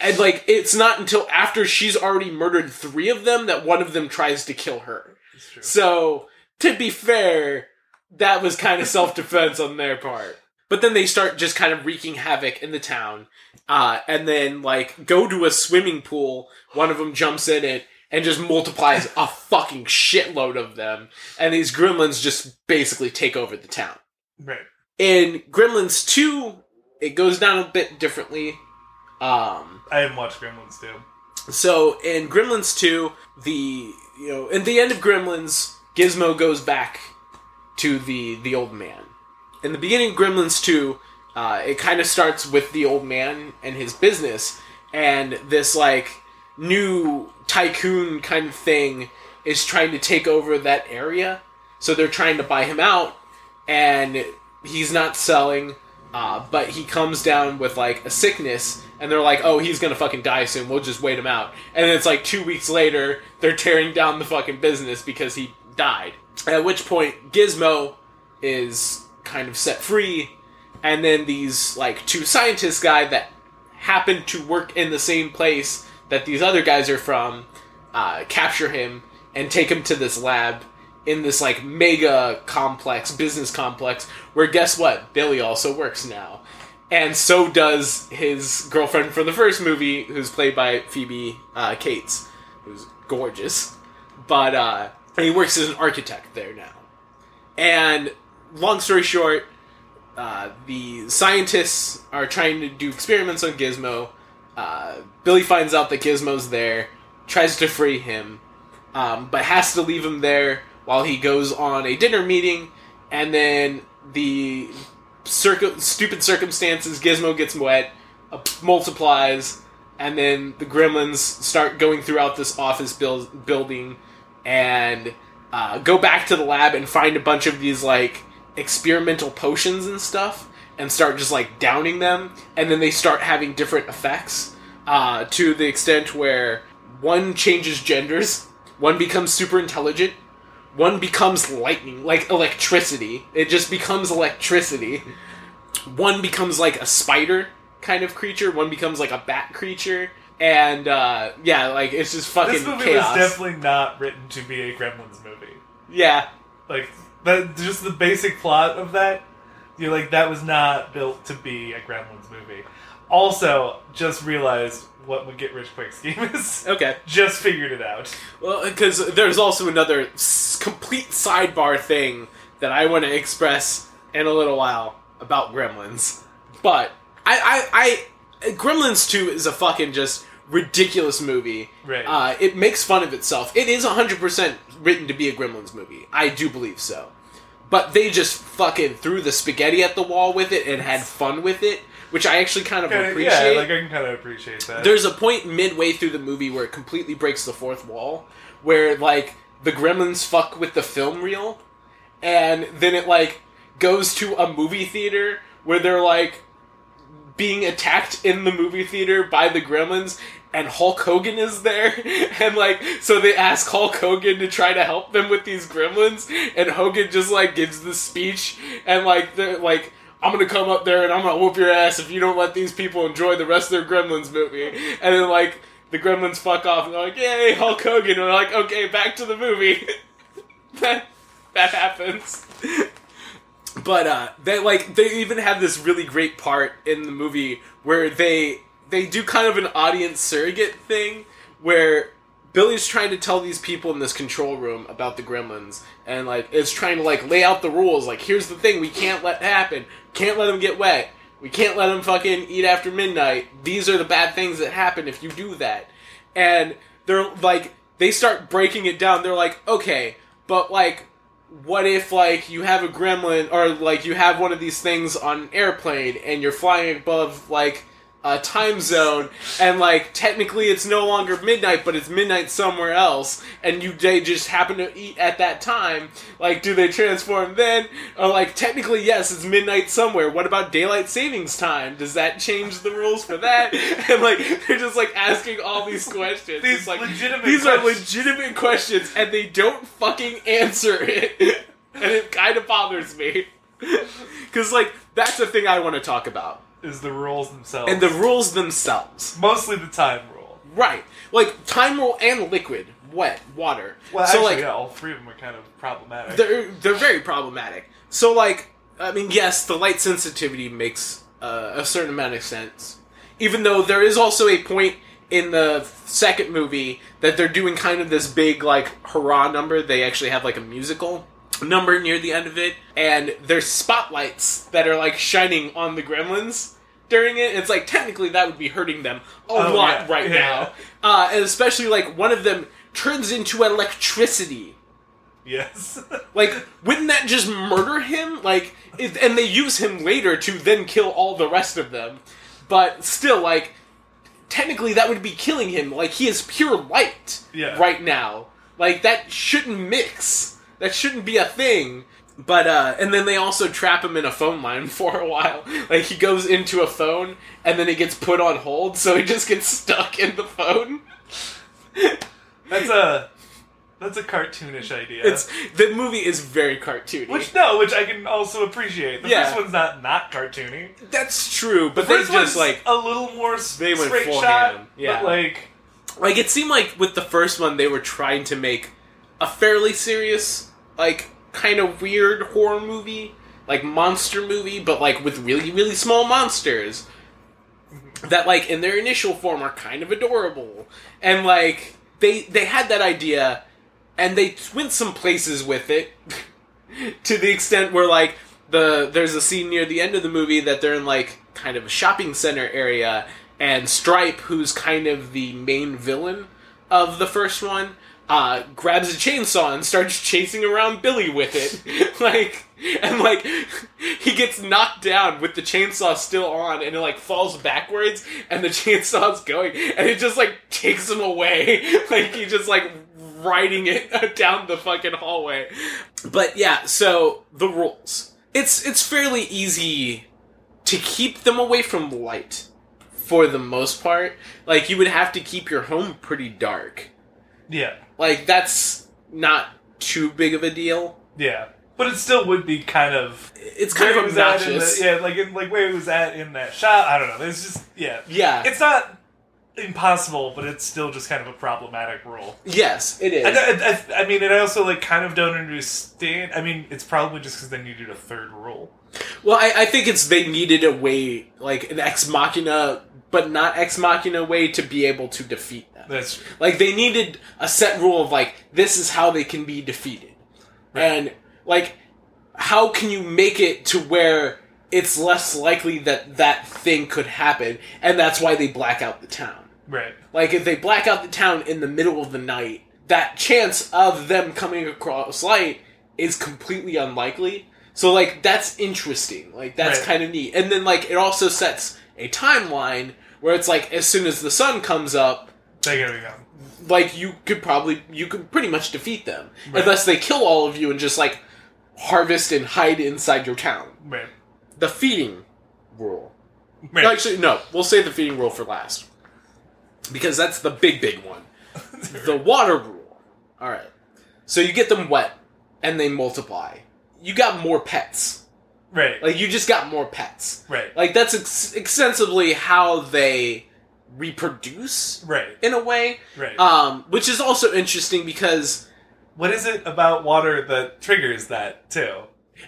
S2: And like, it's not until after she's already murdered three of them that one of them tries to kill her.
S3: It's true.
S2: So, to be fair, that was kind of self defense on their part. But then they start just kind of wreaking havoc in the town. Uh, and then, like, go to a swimming pool. One of them jumps in it and just multiplies a fucking shitload of them. And these gremlins just basically take over the town.
S3: right.
S2: In Gremlins 2, it goes down a bit differently. Um,
S3: I haven't watched Gremlins too.
S2: so in Gremlins 2, the you know, in the end of Gremlins, Gizmo goes back to the the old man. In the beginning of Gremlins 2, uh, it kind of starts with the old man and his business and this like new tycoon kind of thing is trying to take over that area. So they're trying to buy him out and he's not selling uh, but he comes down with like a sickness and they're like oh he's gonna fucking die soon we'll just wait him out and it's like two weeks later they're tearing down the fucking business because he died at which point gizmo is kind of set free and then these like two scientists guy that happen to work in the same place that these other guys are from uh, capture him and take him to this lab in this like mega complex business complex where guess what billy also works now and so does his girlfriend from the first movie who's played by phoebe uh, cates who's gorgeous but uh, he works as an architect there now and long story short uh, the scientists are trying to do experiments on Gizmo. Uh, Billy finds out that Gizmo's there, tries to free him, um, but has to leave him there while he goes on a dinner meeting, and then the circu- stupid circumstances Gizmo gets wet, uh, multiplies, and then the gremlins start going throughout this office build- building and uh, go back to the lab and find a bunch of these like experimental potions and stuff and start just like downing them and then they start having different effects uh, to the extent where one changes genders one becomes super intelligent one becomes lightning like electricity it just becomes electricity one becomes like a spider kind of creature one becomes like a bat creature and uh, yeah like it's just fucking
S3: This movie
S2: chaos
S3: was definitely not written to be a Gremlins movie.
S2: yeah
S3: Like that, just the basic plot of that. You're like that was not built to be a Gremlins movie. Also, just realized what would get rich quick scheme is.
S2: okay
S3: Just figured it out.
S2: Well, because there's also another s- complete sidebar thing that I want to express in a little while about Gremlins. But I, I, I, Gremlins Two is a fucking just ridiculous movie.
S3: Right.
S2: Uh, it makes fun of itself. It is 100% written to be a Gremlins movie. I do believe so. But they just fucking threw the spaghetti at the wall with it and had fun with it, which I actually kind of
S3: Kinda-
S2: appreciate.
S3: yeah, like I can kind of appreciate that.
S2: There's a point midway through the movie where it completely breaks the fourth wall, where like the gremlins fuck with the film reel, and then it like goes to a movie theater where they're like being attacked in the movie theater by the gremlins and Hulk Hogan is there and like so they ask Hulk Hogan to try to help them with these gremlins and Hogan just like gives this speech and like they're like I'm gonna come up there and I'm gonna whoop your ass if you don't let these people enjoy the rest of their Gremlins movie and then like the gremlins fuck off and they're like yay Hulk Hogan and we're like okay back to the movie that that happens but uh they like they even have this really great part in the movie where they they do kind of an audience surrogate thing where Billy's trying to tell these people in this control room about the gremlins and like it's trying to like lay out the rules like here's the thing we can't let happen can't let them get wet we can't let them fucking eat after midnight these are the bad things that happen if you do that and they're like they start breaking it down they're like okay but like what if like you have a gremlin or like you have one of these things on an airplane and you're flying above like uh, time zone, and like technically it's no longer midnight, but it's midnight somewhere else, and you they just happen to eat at that time. Like, do they transform then? Or like technically, yes, it's midnight somewhere. What about daylight savings time? Does that change the rules for that? And like they're just like asking all these questions.
S3: These
S2: It's like
S3: legitimate
S2: these
S3: questions.
S2: are legitimate questions, and they don't fucking answer it, and it kind of bothers me. Because, like, that's the thing I want to talk about.
S3: Is the rules themselves.
S2: And the rules themselves.
S3: mostly the time rule.
S2: Right. Like, time rule and liquid, wet, water.
S3: Well,
S2: so,
S3: actually,
S2: like,
S3: yeah, all three of them are kind of problematic.
S2: they're, they're very problematic. So, like, I mean, yes, the light sensitivity makes uh, a certain amount of sense. Even though there is also a point in the second movie that they're doing kind of this big, like, hurrah number. They actually have, like, a musical number near the end of it. And there's spotlights that are, like, shining on the gremlins during it. It's like, technically, that would be hurting them a
S3: Oh,
S2: lot
S3: yeah,
S2: right
S3: yeah.
S2: now. Uh, and especially, like, one of them turns into electricity.
S3: Yes.
S2: Like, wouldn't that just murder him? Like, it, and they use him later to then kill all the rest of them. But still, like, technically that would be killing him. Like, he is pure light
S3: Yeah.
S2: right now. Like, that shouldn't mix. That shouldn't be a thing. But, uh, and then they also trap him in a phone line for a while. Like, he goes into a phone, and then it gets put on hold, so he just gets stuck in the phone.
S3: that's a that's a cartoonish idea.
S2: It's, the movie is very cartoony.
S3: which no, which I can also appreciate. The
S2: Yeah.
S3: first one's not not cartoony.
S2: That's true, but they
S3: First one's
S2: just, like,
S3: a little more s-
S2: they went
S3: straight
S2: full
S3: shot.
S2: ham. Yeah.
S3: But like
S2: like it seemed like with the first one they were trying to make a fairly serious like kind of weird horror movie like monster movie but like with really really small monsters that like in their initial form are kind of adorable and like they they had that idea and they went some places with it to the extent where like the there's a scene near the end of the movie that they're in like kind of a shopping center area and stripe who's kind of the main villain of the first one uh, grabs a chainsaw and starts chasing around billy with it like and like he gets knocked down with the chainsaw still on and it like falls backwards and the chainsaw's going and it just like takes him away like he just like riding it down the fucking hallway but yeah, so the rules. It's it's fairly easy to keep them away from light for the most part. Like you would have to keep your home pretty dark.
S3: Yeah.
S2: Like that's not too big of a deal.
S3: Yeah. But it still would be kind of
S2: It's kind
S3: where
S2: of
S3: he was at in
S2: obnoxious.
S3: the- yeah, like in, like where he was at in that shot. I don't know. There's just yeah.
S2: yeah.
S3: It's not impossible, but it's still just kind of a problematic rule.
S2: yes, it is.
S3: I, I, I, I mean, and I also like kind of don't understand. I mean, it's probably just because then you did a third rule.
S2: Well, I, I think it's they needed a way, like an ex machina, but not ex machina way to be able to defeat them.
S3: That's
S2: Like they needed a set rule of like this is how they can be defeated,
S3: Right.
S2: and like how can you make it to where it's less likely that that thing could happen, and that's why they black out the town.
S3: right.
S2: Like if they black out the town in the middle of the night, that chance of them coming across light is completely unlikely. So like that's interesting. Like that's
S3: Right.
S2: kind of neat. And then like it also sets a timeline where it's like as soon as the sun comes up
S3: They gotta be gone.
S2: like you could probably you could pretty much defeat them
S3: Right.
S2: unless they kill all of you and just like harvest and hide inside your town
S3: Right.
S2: the feeding rule
S3: Right.
S2: No, actually no we'll save the feeding rule for last because that's the big big one the water rule all right so you get them wet and they multiply you got more pets
S3: right.
S2: like uh, you just got more pets
S3: right.
S2: like that's ex- extensively how they reproduce
S3: right.
S2: in a way
S3: Right.
S2: um, which is also interesting because,
S3: what is it about water that triggers that too?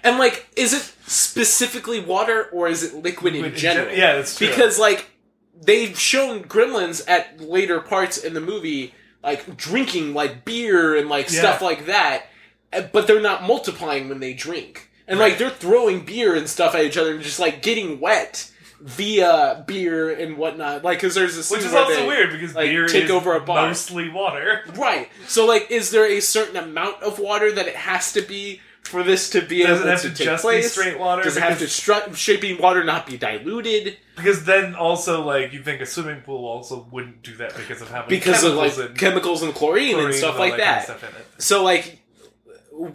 S2: and like, is it specifically water or is it liquid in
S3: Liquid in
S2: general?
S3: gen- yeah, that's true.
S2: Because like, they've shown gremlins at later parts in the movie, like drinking like beer and like
S3: Yeah.
S2: stuff like that, eh, but they're not multiplying when they drink, and like
S3: Right.
S2: they're throwing beer and stuff at each other and just like getting wet via beer and whatnot. Like, because there's this
S3: Which is also weird because
S2: like,
S3: beer
S2: take
S3: is
S2: over a bar.
S3: mostly water.
S2: Right. So like is there a certain amount of water that it has to be for this to be
S3: Does it
S2: able
S3: have
S2: to,
S3: to
S2: take
S3: just be
S2: place?
S3: straight water?
S2: Does it have to stru- should be water not be diluted?
S3: Because then also, like, you think a swimming pool also wouldn't do that because of how many
S2: because of like
S3: chemicals and
S2: chemicals and chlorine,
S3: chlorine
S2: and stuff
S3: all
S2: like
S3: kind of
S2: that.
S3: stuff in it.
S2: So like, w-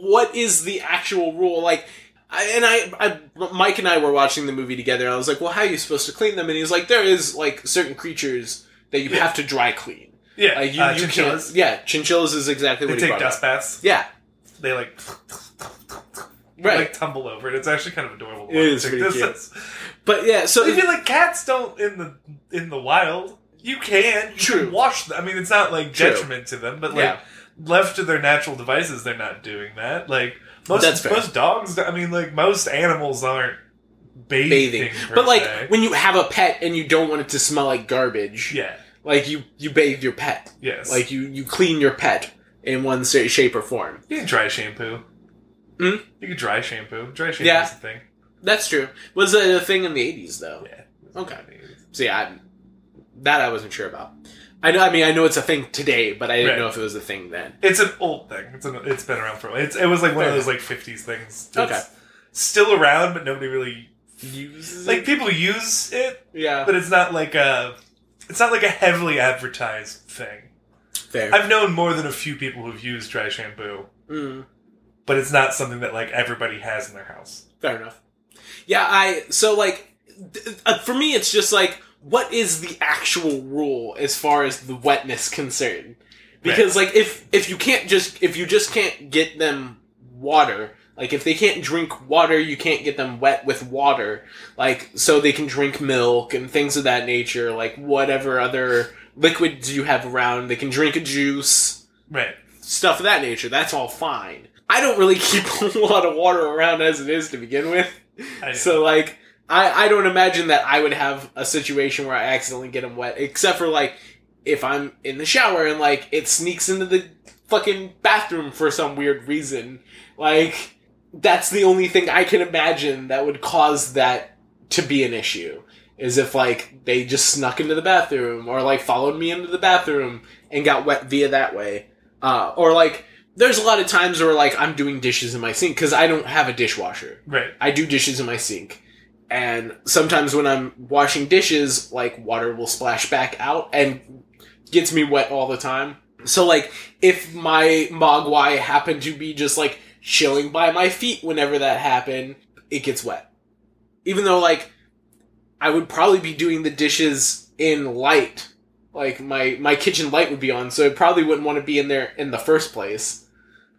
S2: what is the actual rule? Like, I, and I, I, Mike and I were watching the movie together. And I was like, well, how are you supposed to clean them? And he was like, there is like certain creatures that you
S3: Yeah.
S2: have to dry clean.
S3: Yeah,
S2: Like you,
S3: uh,
S2: you
S3: chinchillas.
S2: can't. Yeah, chinchillas is exactly
S3: They
S2: what he
S3: take
S2: brought
S3: dust
S2: up.
S3: baths.
S2: Yeah,
S3: They like,
S2: Right.
S3: like tumble over it. It's actually kind of adorable.
S2: It is
S3: Like,
S2: pretty
S3: this
S2: cute.
S3: is-
S2: but yeah. So
S3: I feel like cats don't in the in the wild. You can you
S2: True.
S3: can wash them. I mean, it's not like
S2: True.
S3: detriment to them, but like
S2: Yeah.
S3: left to their natural devices, they're not doing that. Like most
S2: That's fair.
S3: most dogs. I mean, like most animals aren't bathing,
S2: bathing,
S3: per
S2: but like
S3: se.
S2: when you have a pet and you don't want it to smell like garbage,
S3: yeah,
S2: like you you bathe your pet,
S3: yes,
S2: like you you clean your pet in one sa- shape or form.
S3: you can dry shampoo.
S2: Hmm?
S3: You can dry shampoo. Dry shampoo
S2: Yeah.
S3: is a thing.
S2: That's true. Was that a thing in the eighties though?
S3: Yeah.
S2: Okay. So yeah, I, that I wasn't sure about. I know. I mean, I know it's a thing today, but I didn't
S3: Right.
S2: know if it was a thing then.
S3: It's an old thing. It's an, it's been around for a while. It's, it was like one of those like fifties things. It's
S2: Okay.
S3: Still around, but nobody really
S2: Uses
S3: like people use it,
S2: yeah,
S3: but it's not like a it's not like a heavily advertised thing.
S2: fair.
S3: I've known more than a few people who've used dry shampoo,
S2: Mm,
S3: but it's not something that like everybody has in their house.
S2: fair enough. Yeah, I so like th- uh, for me, it's just like what is the actual rule as far as the wetness concerned? Because like if if you can't just if you just can't get them water. Like if they can't drink water, you can't get them wet with water. like so they can drink milk and things of that nature like whatever other liquids you have around they can drink a juice
S3: Right.
S2: stuff of that nature that's all fine i don't really keep a lot of water around as it is to begin with
S3: I know.
S2: so like I, I don't imagine that i would have a situation where i accidentally get them wet except for like if i'm in the shower and like it sneaks into the fucking bathroom for some weird reason like that's the only thing I can imagine that would cause that to be an issue. Is if like they just snuck into the bathroom or like followed me into the bathroom and got wet via that way. Uh, or like there's a lot of times where like I'm doing dishes in my sink because I don't have a dishwasher.
S3: right.
S2: I do dishes in my sink. And sometimes when I'm washing dishes, like water will splash back out and gets me wet all the time. So like if my mogwai happened to be just like chilling by my feet whenever that happened, it gets wet. Even though like I would probably be doing the dishes in light. Like my my kitchen light would be on, so I probably wouldn't want to be in there in the first place.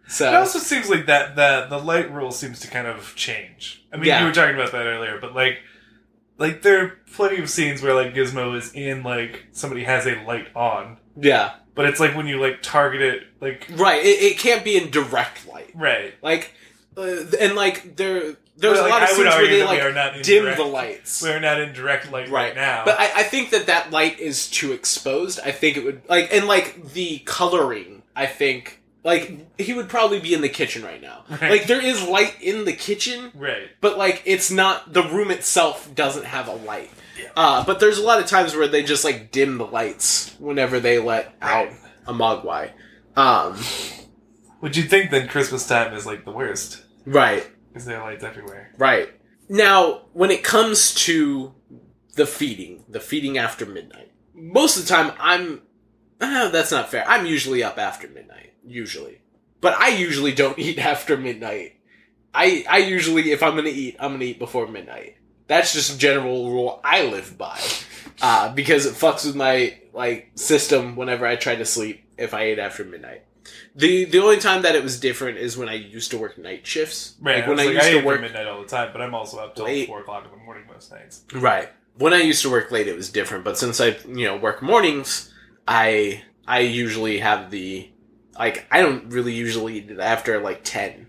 S2: So
S3: It also seems like that the the light rule seems to kind of change. I mean,
S2: Yeah.
S3: you were talking about that earlier, but like, like there are plenty of scenes where like Gizmo is in like somebody has a light on,
S2: yeah.
S3: but it's like when you like target it, like
S2: Right. It, it can't be in direct light.
S3: right.
S2: Like, uh, and like there, there's
S3: But,
S2: a
S3: like,
S2: lot of
S3: I would
S2: scenes where
S3: argue
S2: they
S3: that we
S2: like
S3: are not in
S2: dim
S3: direct-
S2: the lights.
S3: We're not in direct light right,
S2: Right.
S3: now.
S2: But I, I think that that light is too exposed. I think it would like and like the coloring. I think like he would probably be in the kitchen right now.
S3: Right.
S2: Like there is light in the kitchen,
S3: right.
S2: but like it's not the room itself doesn't have a light. Uh, but there's a lot of times where they just like dim the lights whenever they let out
S3: Right.
S2: a mogwai. Um,
S3: Would you think then Christmas time is like the worst?
S2: right.
S3: Because there are lights everywhere.
S2: Right. Now, when it comes to the feeding, the feeding after midnight, most of the time I'm. Uh, that's not fair. I'm usually up after midnight, usually. But I usually don't eat after midnight. I, I usually, if I'm gonna eat, I'm gonna eat before midnight. That's just a general rule I live by. Uh, because it fucks with my, like, system whenever I try to sleep if I ate after midnight. The, the only time that it was different is when I used to work night shifts.
S3: Right.
S2: when
S3: I, was like, I eat
S2: used
S3: till
S2: to work
S3: midnight all the time, but I'm also up till
S2: Late.
S3: four o'clock in the morning most nights.
S2: Right. When I used to work late, it was different. But since I, you know, work mornings, I I usually have the like I don't really usually eat after like ten.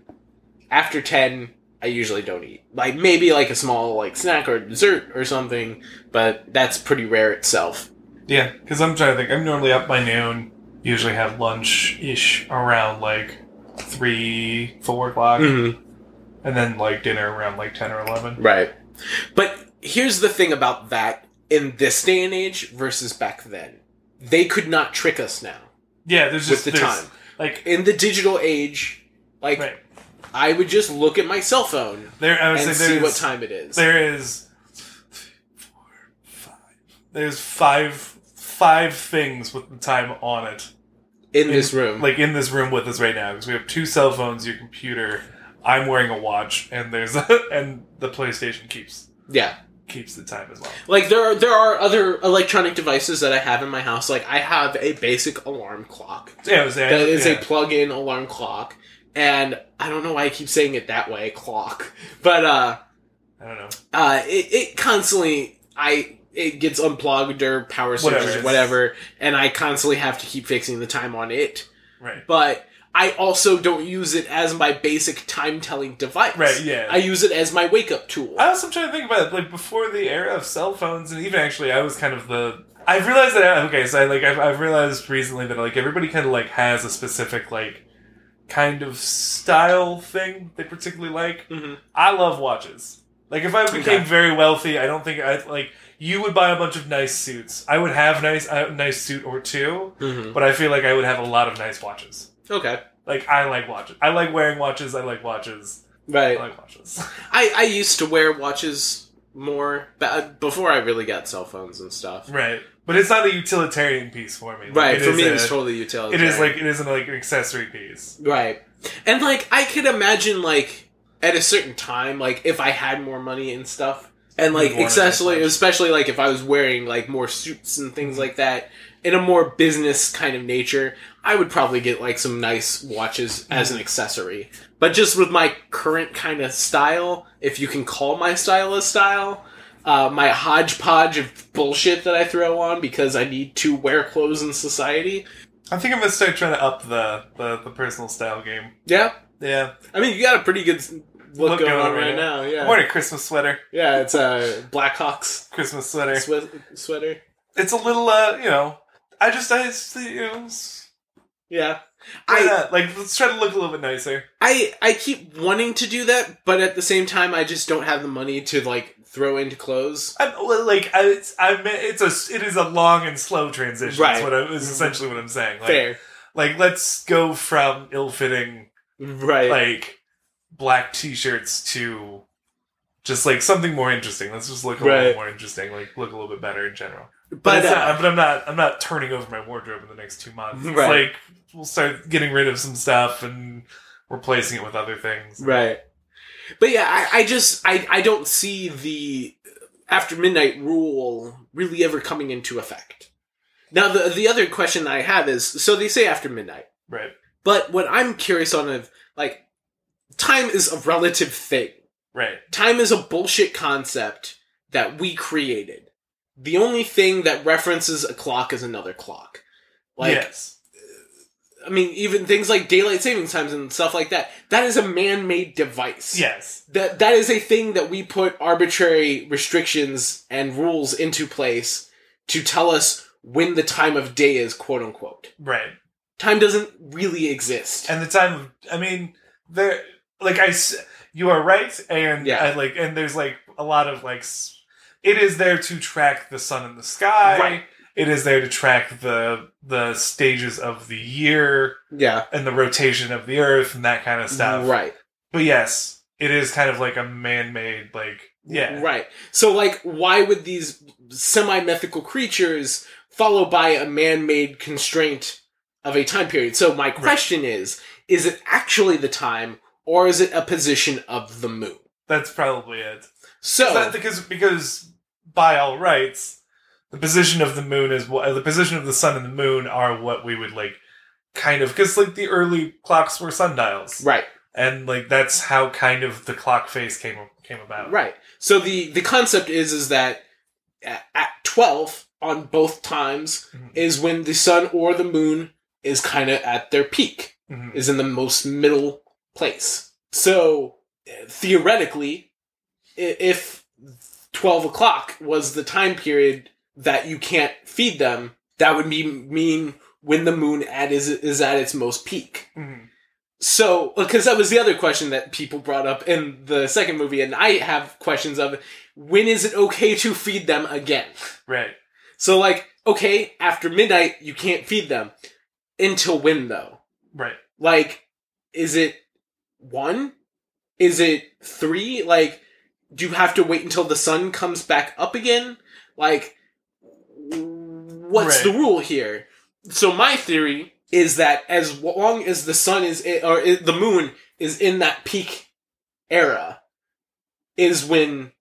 S2: After ten, I usually don't eat. Like maybe like a small like snack or dessert or something, but that's pretty rare itself.
S3: Yeah, because I'm trying to think. I'm normally up by noon. Usually have lunch ish around like three, four o'clock,
S2: Mm-hmm.
S3: and then like dinner around like ten or eleven.
S2: Right. But here's the thing about that in this day and age versus back then. They could not trick us now
S3: Yeah, there's just
S2: with the
S3: there's,
S2: time.
S3: Like
S2: In the digital age, like
S3: right,
S2: I would just look at my cell phone
S3: There, I would
S2: and
S3: say there's,
S2: see what time it is.
S3: There is there's five five things with the time on it.
S2: in this room.
S3: Like in this room with us right now, because we have two cell phones, your computer. I'm wearing a watch, and there's and the PlayStation keeps
S2: yeah.
S3: keeps the time as well.
S2: Like there are there are other electronic devices that I have in my house. Like I have a basic alarm clock.
S3: Yeah, it was,
S2: That is
S3: yeah.
S2: a plug-in alarm clock. And I don't know why I keep saying it that way, clock. But uh
S3: I don't know.
S2: uh, it, it constantly I it gets unplugged or power
S3: Whatever,
S2: switches or
S3: it's-
S2: whatever, and I constantly have to keep fixing the time on it.
S3: Right.
S2: But I also don't use it as my basic time telling device.
S3: Right, yeah.
S2: I use it as my wake up tool.
S3: I also try to think about it, like before the era of cell phones, and even actually, I was kind of the. I've realized that okay, so I like I've, I've realized recently that like everybody kind of like has a specific like kind of style thing they particularly like.
S2: Mhm.
S3: I love watches. Like if I became
S2: Okay.
S3: very wealthy, I don't think I like you would buy a bunch of nice suits. I would have nice a nice suit or two,
S2: Mhm.
S3: but I feel like I would have a lot of nice watches.
S2: Okay.
S3: Like I like watches. I like wearing watches. I like watches. I
S2: Right.
S3: like watches.
S2: I, I used to wear watches more ba- before I really got cell phones and stuff.
S3: Right. But it's not a utilitarian piece for me. Like,
S2: Right.
S3: it
S2: For
S3: is
S2: me,
S3: a,
S2: it was totally utilitarian.
S3: It is like it is an, like an accessory piece.
S2: Right. And like I could imagine like at a certain time, like if I had more money and stuff. And like
S3: You'd want a nice
S2: especially
S3: watch.
S2: especially like if I was wearing like more suits and things like that in a more business kind of nature, I would probably get like some nice watches as an accessory. But just with my current kind of style, if you can call my style a style, uh, my hodgepodge of bullshit that I throw on because I need to wear clothes in society.
S3: I think I'm gonna start trying to up the the, the personal style game.
S2: Yeah,
S3: Yeah.
S2: I mean, you got a pretty good s- look,
S3: Look
S2: going, on right now. Yeah,
S3: I'm wearing a Christmas sweater.
S2: yeah, it's a Blackhawks
S3: Christmas sweater.
S2: swe- sweater.
S3: It's a little uh, you know. I just I just, you know. s-
S2: Yeah,
S3: why
S2: I
S3: not? like let's try to look a little bit nicer.
S2: I I keep wanting to do that, but at the same time, I just don't have the money to like throw into clothes.
S3: I'm well, like I, it's I'm it's a it is a long and slow transition.
S2: Right.
S3: Is what I, is essentially what I'm saying. Like,
S2: Fair,
S3: Like let's go from ill-fitting
S2: right?
S3: like black t-shirts to just like something more interesting. Let's just look a
S2: Right.
S3: little more interesting, like look a little bit better in general. But,
S2: but
S3: it's
S2: uh,
S3: not, but I'm not I'm not turning over my wardrobe in the next two months. It's
S2: Right.
S3: like we'll start getting rid of some stuff and replacing it with other things.
S2: right. But yeah, I, I just I I don't see the after midnight rule really ever coming into effect. Now the the other question that I have is so they say after midnight.
S3: Right.
S2: But what I'm curious on is like time is a relative thing.
S3: Right.
S2: Time is a bullshit concept that we created. The only thing that references a clock is another clock. Like
S3: yes.
S2: I mean, even things like daylight savings times and stuff like that. That is a man-made device.
S3: Yes.
S2: That that is a thing that we put arbitrary restrictions and rules into place to tell us when the time of day is, quote unquote.
S3: Right.
S2: Time doesn't really exist.
S3: And the time of I mean there like I s- you are right and
S2: Yeah.
S3: I like and there's like a lot of like s- it is there to track the sun in the sky.
S2: Right.
S3: It is there to track the the stages of the year
S2: yeah.
S3: and the rotation of the earth and that kind of stuff.
S2: Right.
S3: But yes, it is kind of like a man-made like yeah.
S2: Right. So, like, why would these semi mythical creatures follow by a man made constraint of a time period? So, my question is is it actually the time, or is it a position of the moon?
S3: That's probably it.
S2: So,
S3: Is that because because by all rights, the position of the moon is what the position of the sun and the moon are what we would like kind of because like the early clocks were sundials
S2: right,
S3: and like that's how kind of the clock face came came about.
S2: right. So, the, the concept is, is that a- at 12 on both times
S3: Mhm.
S2: is when the sun or the moon is kind of at their peak.
S3: Mhm.
S2: is in the most middle place. So theoretically, i- if 12 o'clock was the time period that you can't feed them, that would be, mean when the moon at is, is at its most peak.
S3: Mhm.
S2: So, because that was the other question that people brought up in the second movie, and I have questions of when is it okay to feed them again?
S3: Right.
S2: So, like, okay, after midnight, you can't feed them. Until when, though?
S3: Right.
S2: like is it one? Is it three? Like, do you have to wait until the sun comes back up again? Like, what's
S3: Right.
S2: the rule here? So my theory is that as long as the sun is i- or i- the moon is in that peak era, is when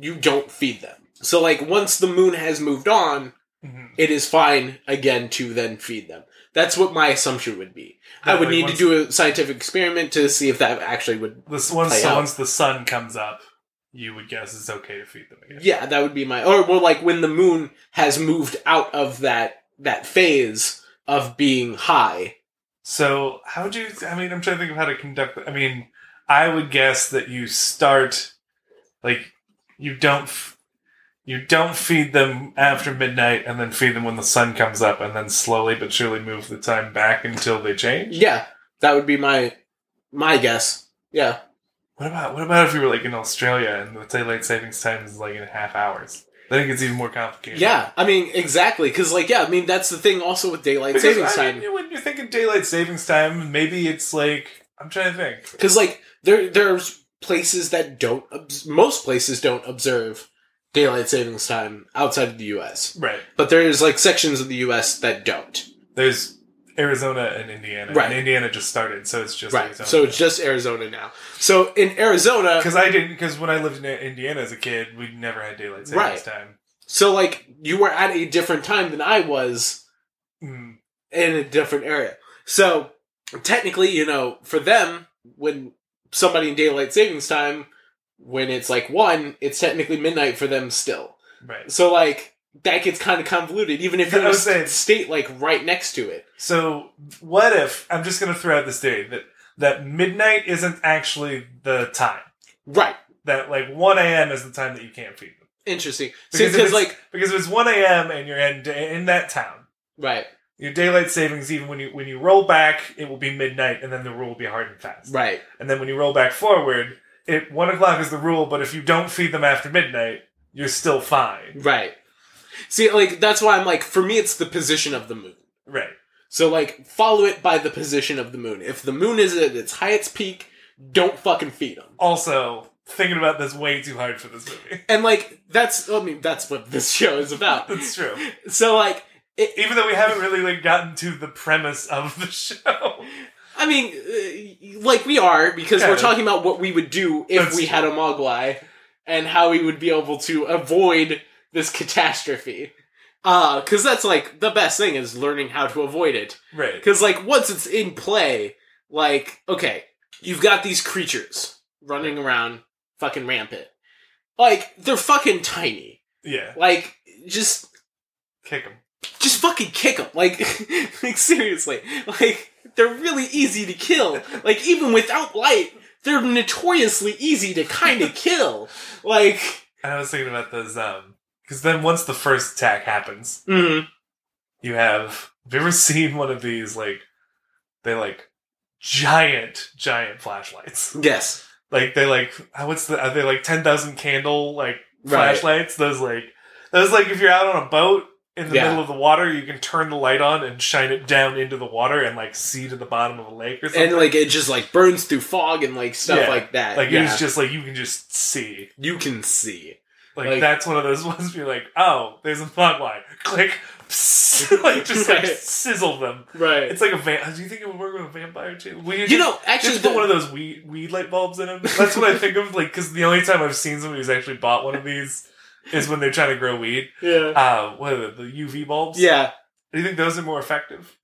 S2: you don't feed them. So like once the moon has moved on,
S3: Mhm.
S2: it is fine again to then feed them. That's what my assumption would be. I
S3: That,
S2: would
S3: like,
S2: need to
S3: once-
S2: do a scientific experiment to see if that actually would.
S3: This once
S2: Play
S3: so
S2: out.
S3: once the sun comes up, you would guess it's okay to feed them again.
S2: Yeah, that would be my. Or well, like when the moon has moved out of that that phase of being high.
S3: So how do you? I mean, I'm trying to think of how to conduct. I mean, I would guess that you start like you don't f- you don't feed them after midnight, and then feed them when the sun comes up, and then slowly but surely move the time back until they change.
S2: Yeah, that would be my my guess. Yeah,
S3: What about what about if you were like in Australia and the daylight savings time is like in half hours? Then it gets even more complicated.
S2: yeah. I mean, exactly. Because like, yeah, I mean, that's the thing. Also with daylight
S3: Because,
S2: savings
S3: I
S2: time.
S3: mean, when you're thinking daylight savings time, maybe it's like I'm trying to think.
S2: because like there there's places that don't obs- most places don't observe daylight savings time outside of the U.S.
S3: Right.
S2: But there's like sections of the U.S. that don't.
S3: There's Arizona and Indiana.
S2: Right.
S3: And Indiana just started, so it's just
S2: right.
S3: Arizona.
S2: So it's just Arizona now. So in Arizona,
S3: because I didn't because when I lived in Indiana as a kid, we never had daylight savings
S2: Right.
S3: time.
S2: so like you were at a different time than I was
S3: Mm.
S2: in a different area. So technically, you know, for them, when somebody in daylight savings time, when it's like one, it's technically midnight for them still.
S3: Right.
S2: So like that gets kind of convoluted, even if you're in
S3: I
S2: a
S3: was saying-
S2: st- state like right next to it.
S3: So what if I'm just gonna throw out this theory that that midnight isn't actually the time
S2: Right.
S3: that like 1 a.m. is the time that you can't feed them
S2: Interesting.
S3: Because if
S2: Because
S3: it's-
S2: like
S3: because if it's 1 a.m. and you're in in that town.
S2: right,
S3: Your daylight savings, even when you when you roll back, it will be midnight, and then the rule will be hard and fast.
S2: right,
S3: and then when you roll back forward, it one o'clock is the rule. But if you don't feed them after midnight, you're still fine.
S2: right. See, like that's why I'm like for me, it's the position of the moon.
S3: Right.
S2: So like follow it by the position of the moon. If the moon is at its highest peak, don't fucking feed them.
S3: Also, thinking about this way too hard for this movie.
S2: And like that's I mean that's what this show is about.
S3: That's true.
S2: So like it,
S3: Even though we haven't really like gotten to the premise of the show.
S2: I mean, uh, like we are because
S3: Yeah.
S2: we're talking about what we would do if
S3: That's
S2: we had a Mogwai and how we would be able to avoid this catastrophe. Because that's like the best thing is learning how to avoid it.
S3: Right.
S2: Because like once it's in play, like okay, you've got these creatures running around, fucking rampant. Like they're fucking tiny.
S3: Yeah.
S2: Like just
S3: Kick him.
S2: just fucking kick them. Like, like seriously, like they're really easy to kill. Like even without light, they're notoriously easy to kind of kill. Like,
S3: And I was thinking about those um because then once the first attack happens,
S2: mm,
S3: you have have you ever seen one of these like they like giant giant flashlights
S2: yes,
S3: like they like how what's the are they like ten thousand candle like
S2: Right.
S3: flashlights? Those like those like if you're out on a boat in the
S2: Yeah.
S3: middle of the water, you can turn the light on and shine it down into the water and like see to the bottom of a lake or something.
S2: and like it just like burns through fog and like stuff
S3: Yeah,
S2: like that.
S3: like
S2: yeah,
S3: it's just like you can just see.
S2: you can see.
S3: Like,
S2: Like-
S3: that's one of those ones where you're like, oh, there's a plot line. Click, psst, like just like
S2: Right.
S3: sizzle them.
S2: Right.
S3: It's like a van. Do you think it would work with a vampire too? We
S2: You know,
S3: Actually,
S2: actually,
S3: just put
S2: the-
S3: one of those weed weed light bulbs in them. That's what I think of, like, because the only time I've seen somebody who's actually bought one of these is when they're trying to grow weed.
S2: yeah,
S3: Uh, what are they, the UV bulbs?
S2: yeah,
S3: Do you think those are more effective?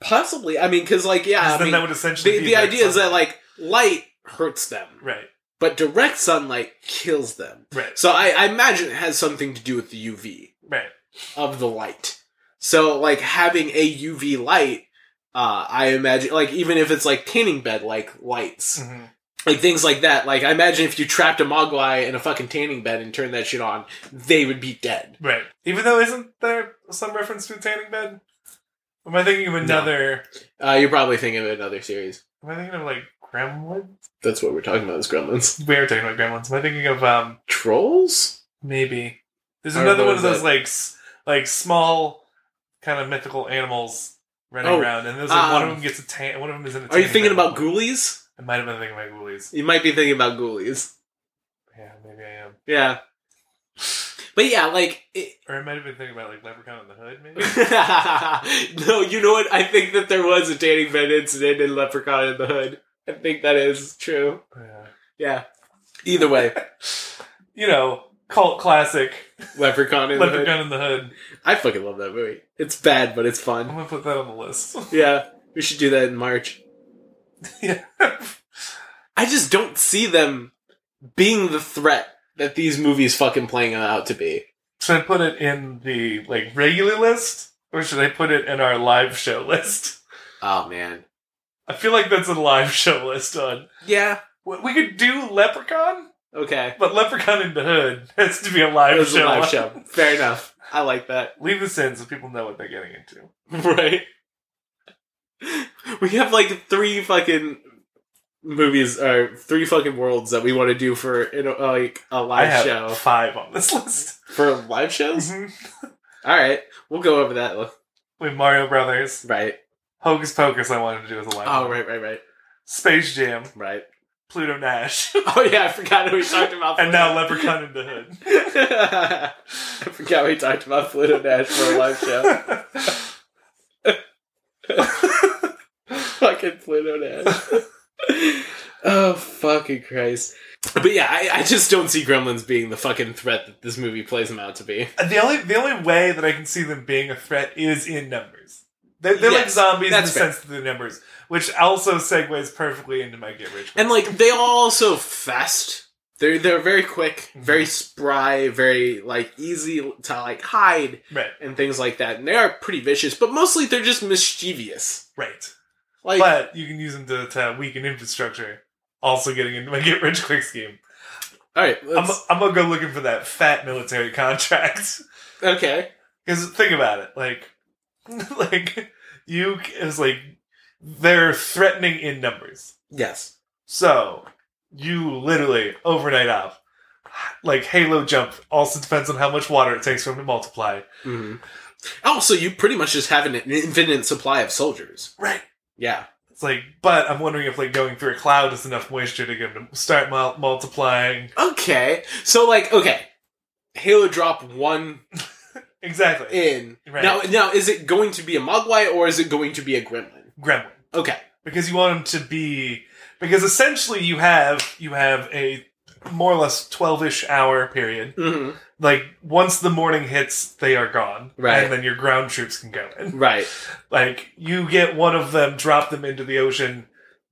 S2: possibly. I mean, because like yeah,
S3: 'Cause
S2: I
S3: then
S2: mean,
S3: that would essentially
S2: the
S3: be
S2: the
S3: like
S2: idea is that
S3: sunlight.
S2: like light hurts them,
S3: right,
S2: but direct sunlight kills them.
S3: right,
S2: So I, I imagine it has something to do with the UV
S3: right.
S2: of the light. So like having a UV light, uh, I imagine like even if it's like tanning bed like lights,
S3: Mhm.
S2: like things like that. Like I imagine if you trapped a Mogwai in a fucking tanning bed and turned that shit on, they would be dead.
S3: Right. Even though isn't there some reference to a tanning bed? Am I thinking of another?
S2: Uh, you're probably thinking of another series.
S3: Am I thinking of like Gremlins?
S2: That's what we're talking about is Gremlins.
S3: We are talking about Gremlins. Am I thinking of um?
S2: Trolls?
S3: Maybe there's
S2: Or
S3: another
S2: what
S3: one of
S2: is
S3: those
S2: it?
S3: like s- like small kind of mythical animals running
S2: Oh,
S3: around, and there's like one of
S2: um,
S3: them gets a tan. One of them is in a.
S2: Are you
S3: tanning
S2: thinking
S3: bed.
S2: about Ghoulies?
S3: I might have been thinking about Ghoulies.
S2: You might be thinking about Ghoulies.
S3: Yeah, maybe I am.
S2: Yeah. But yeah, like it,
S3: Or I might have been thinking about like Leprechaun in the Hood, maybe.
S2: no, you know what? I think that there was a tanning bed incident in Leprechaun in the Hood. I think that is true.
S3: yeah.
S2: Yeah. Either way,
S3: You know, cult classic
S2: Leprechaun in the Hood.
S3: Leprechaun in the Hood.
S2: I fucking love that movie. It's bad, but it's fun.
S3: I'm gonna put that on the list.
S2: Yeah, we should do that in March.
S3: yeah.
S2: I just don't see them being the threat that these movies fucking playing out to be.
S3: Should I put it in the like regular list, or should I put it in our live show list?
S2: Oh man.
S3: I feel like that's a live show list on.
S2: Yeah.
S3: We we could do Leprechaun,
S2: Okay.
S3: but Leprechaun in the Hood has to be a live
S2: It was a
S3: show.
S2: live
S3: on.
S2: show. Fair enough. I like that.
S3: Leave this in so people know what they're getting into.
S2: Right. We have like three fucking movies or three fucking worlds that we want to do for you know, uh, like a
S3: I
S2: live
S3: have
S2: show
S3: five on this list.
S2: for live shows.
S3: Mm-hmm.
S2: All right, we'll go over that. l-
S3: With Mario Brothers,
S2: Right.
S3: Hocus Pocus, I wanted to do as a live.
S2: Oh,
S3: show.
S2: right, right, right,
S3: Space Jam,
S2: right.
S3: Pluto Nash,
S2: Oh yeah, I forgot we talked about.
S3: and now Leprechaun in the Hood.
S2: I forgot we talked about Pluto Nash for a live show. fucking Pluto Nash. oh fucking Christ. But yeah, I, I just don't see Gremlins being the fucking threat that this movie plays them out to be.
S3: the only the only way that I can see them being a threat is in numbers. They're, they're like
S2: Yes,
S3: zombies in the
S2: that's fair.
S3: sense of the numbers, which also segues perfectly into my get rich. Quick.
S2: And like they all also fast. They're they're very quick, very
S3: Mhm.
S2: spry, very like easy to like hide
S3: right,
S2: and things like that. And they are pretty vicious, but mostly they're just mischievous.
S3: right.
S2: Like
S3: but you can use them to, to weaken infrastructure. Also, getting into my get rich quick scheme.
S2: all right,
S3: I'm,
S2: let's-
S3: I'm gonna go looking for that fat military contract.
S2: okay,
S3: Because think about it, like, like you is like they're threatening in numbers.
S2: yes,
S3: So you literally overnight off, like Halo jump. Also depends on how much water it takes for them to multiply.
S2: hmm also you pretty much just have an infinite supply of soldiers.
S3: Right.
S2: Yeah,
S3: It's like, but I'm wondering if like going through a cloud is enough moisture to get them to start mul- multiplying.
S2: Okay. So like okay. Halo drop one
S3: Exactly.
S2: in.
S3: Right.
S2: Now now is it going to be a Mogwai or is it going to be a gremlin?
S3: Gremlin.
S2: Okay.
S3: because you want them to be because essentially you have you have a more or less 12-ish hour period
S2: hmm
S3: like once the morning hits they are gone
S2: Right.
S3: and then your ground troops can go in
S2: Right.
S3: like you get one of them drop them into the ocean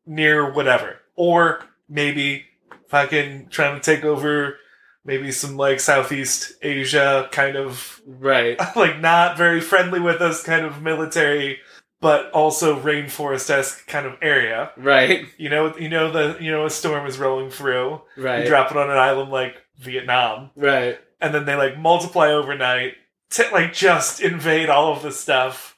S3: near whatever or maybe fucking trying to take over maybe some like southeast asia kind of
S2: Right.
S3: like not very friendly with us kind of military but also rainforest-esque kind of area
S2: Right.
S3: you know, you know the you know a storm is rolling through. You
S2: Right.
S3: drop it on an island like Vietnam,
S2: right.
S3: and then they like multiply overnight, to, like just invade all of the stuff,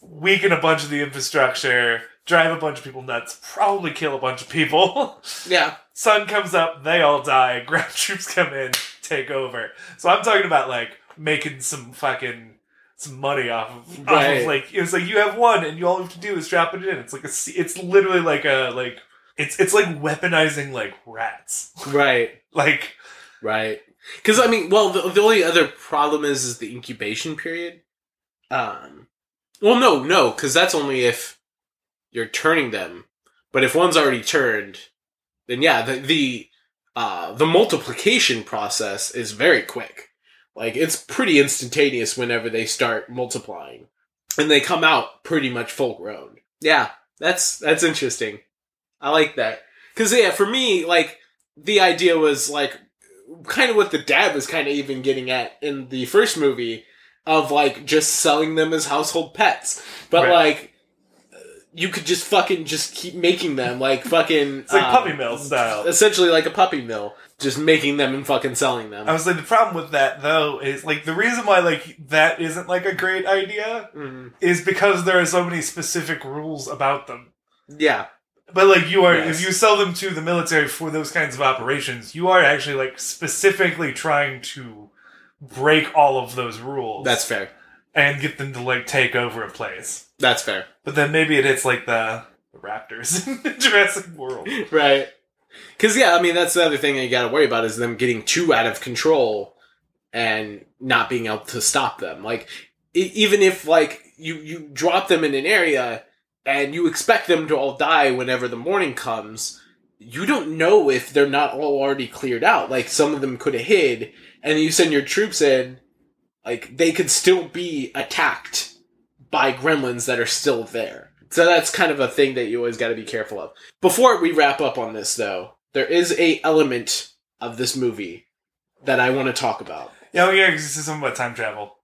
S3: weaken a bunch of the infrastructure, drive a bunch of people nuts, probably kill a bunch of people.
S2: Yeah.
S3: Sun comes up, they all die. Ground troops come in, take over. So I'm talking about like making some fucking some money off of, off
S2: Right.
S3: of like it was like you have one and you all you have to do is drop it in. It's like a se- it's literally like a like it's it's like weaponizing like rats.
S2: Right.
S3: Like
S2: Right. Cuz I mean, well the, the only other problem is is the incubation period. Um Well no, no, cuz that's only if you're turning them. But if one's already turned, then yeah, the the uh the multiplication process is very quick. Like it's pretty instantaneous whenever they start multiplying. And they come out pretty much full grown. Yeah, that's that's interesting. I like that. Cuz yeah, for me like the idea was like kind of what the dad was kind of even getting at in the first movie of like just selling them as household pets but
S3: Right.
S2: like uh, you could just fucking just keep making them like fucking
S3: it's like
S2: um,
S3: puppy mill style.
S2: essentially like a puppy mill just making them and fucking selling them
S3: I was like the problem with that though is like the reason why like that isn't like a great idea
S2: Mhm.
S3: is because there are so many specific rules about them.
S2: yeah
S3: But like you are,
S2: Yes.
S3: if you sell them to the military for those kinds of operations, you are actually like specifically trying to break all of those rules.
S2: that's fair
S3: and get them to like take over a place.
S2: that's fair
S3: But then maybe it hits like the the raptors in the Jurassic World.
S2: right. Because yeah, I mean that's the other thing that you got to worry about is them getting too out of control and not being able to stop them. Like e- even if like you you drop them in an area and you expect them to all die whenever the morning comes, you don't know if they're not all already cleared out. Like some of them could have hid, and you send your troops in, like they could still be attacked by gremlins that are still there. So that's kind of a thing that you always got to be careful of. Before we wrap up on this though, there is a element of this movie that I want to talk about.
S3: Yeah, oh yeah, because this is something about time travel.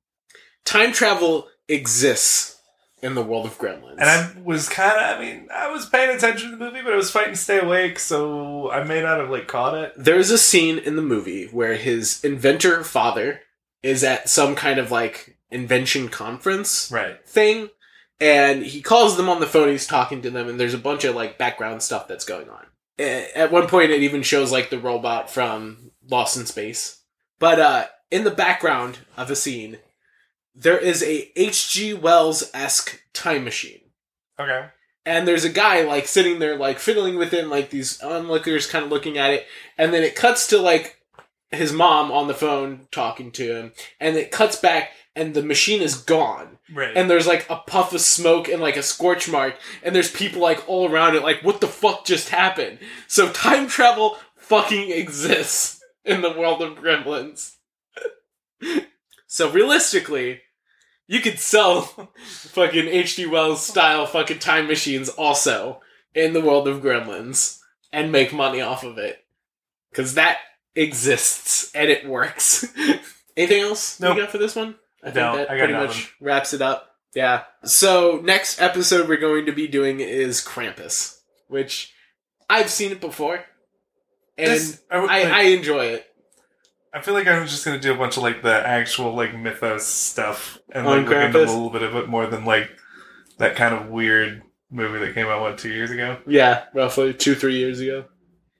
S2: Time travel exists in the world of Gremlins.
S3: And I was kind of, I mean, I was paying attention to the movie, but I was fighting to stay awake, so I may not have, like, caught it.
S2: there's a scene in the movie where his inventor father is at some kind of like invention conference
S3: Right.
S2: thing and he calls them on the phone he's talking to them and there's a bunch of like background stuff that's going on A- at one point it even shows like the robot from lost in space but uh in the background of a scene there is a hg wells-esque time machine
S3: Okay.
S2: and there's a guy like sitting there like fiddling with him like these onlookers kind of looking at it and then it cuts to like his mom on the phone talking to him and it cuts back and the machine is gone
S3: Right.
S2: and there's like a puff of smoke and like a scorch mark and there's people like all around it like what the fuck just happened so time travel fucking exists in the world of gremlins so realistically you could sell fucking hg wells style fucking time machines also in the world of gremlins and make money off of it because that exists and it works anything else
S3: Nope.
S2: you got for this one I think
S3: No,
S2: that
S3: I got
S2: pretty
S3: nothing.
S2: much wraps it up. Yeah. So next episode we're going to be doing is Krampus, which I've seen it before, and
S3: This- I, would-
S2: I,
S3: like,
S2: I enjoy it.
S3: I feel like I was just gonna do a bunch of like the actual like mythos stuff and
S2: On
S3: like look into a
S2: Krampus?
S3: little bit of it more than like that kind of weird movie that came out what two years ago.
S2: Yeah, roughly two three years ago.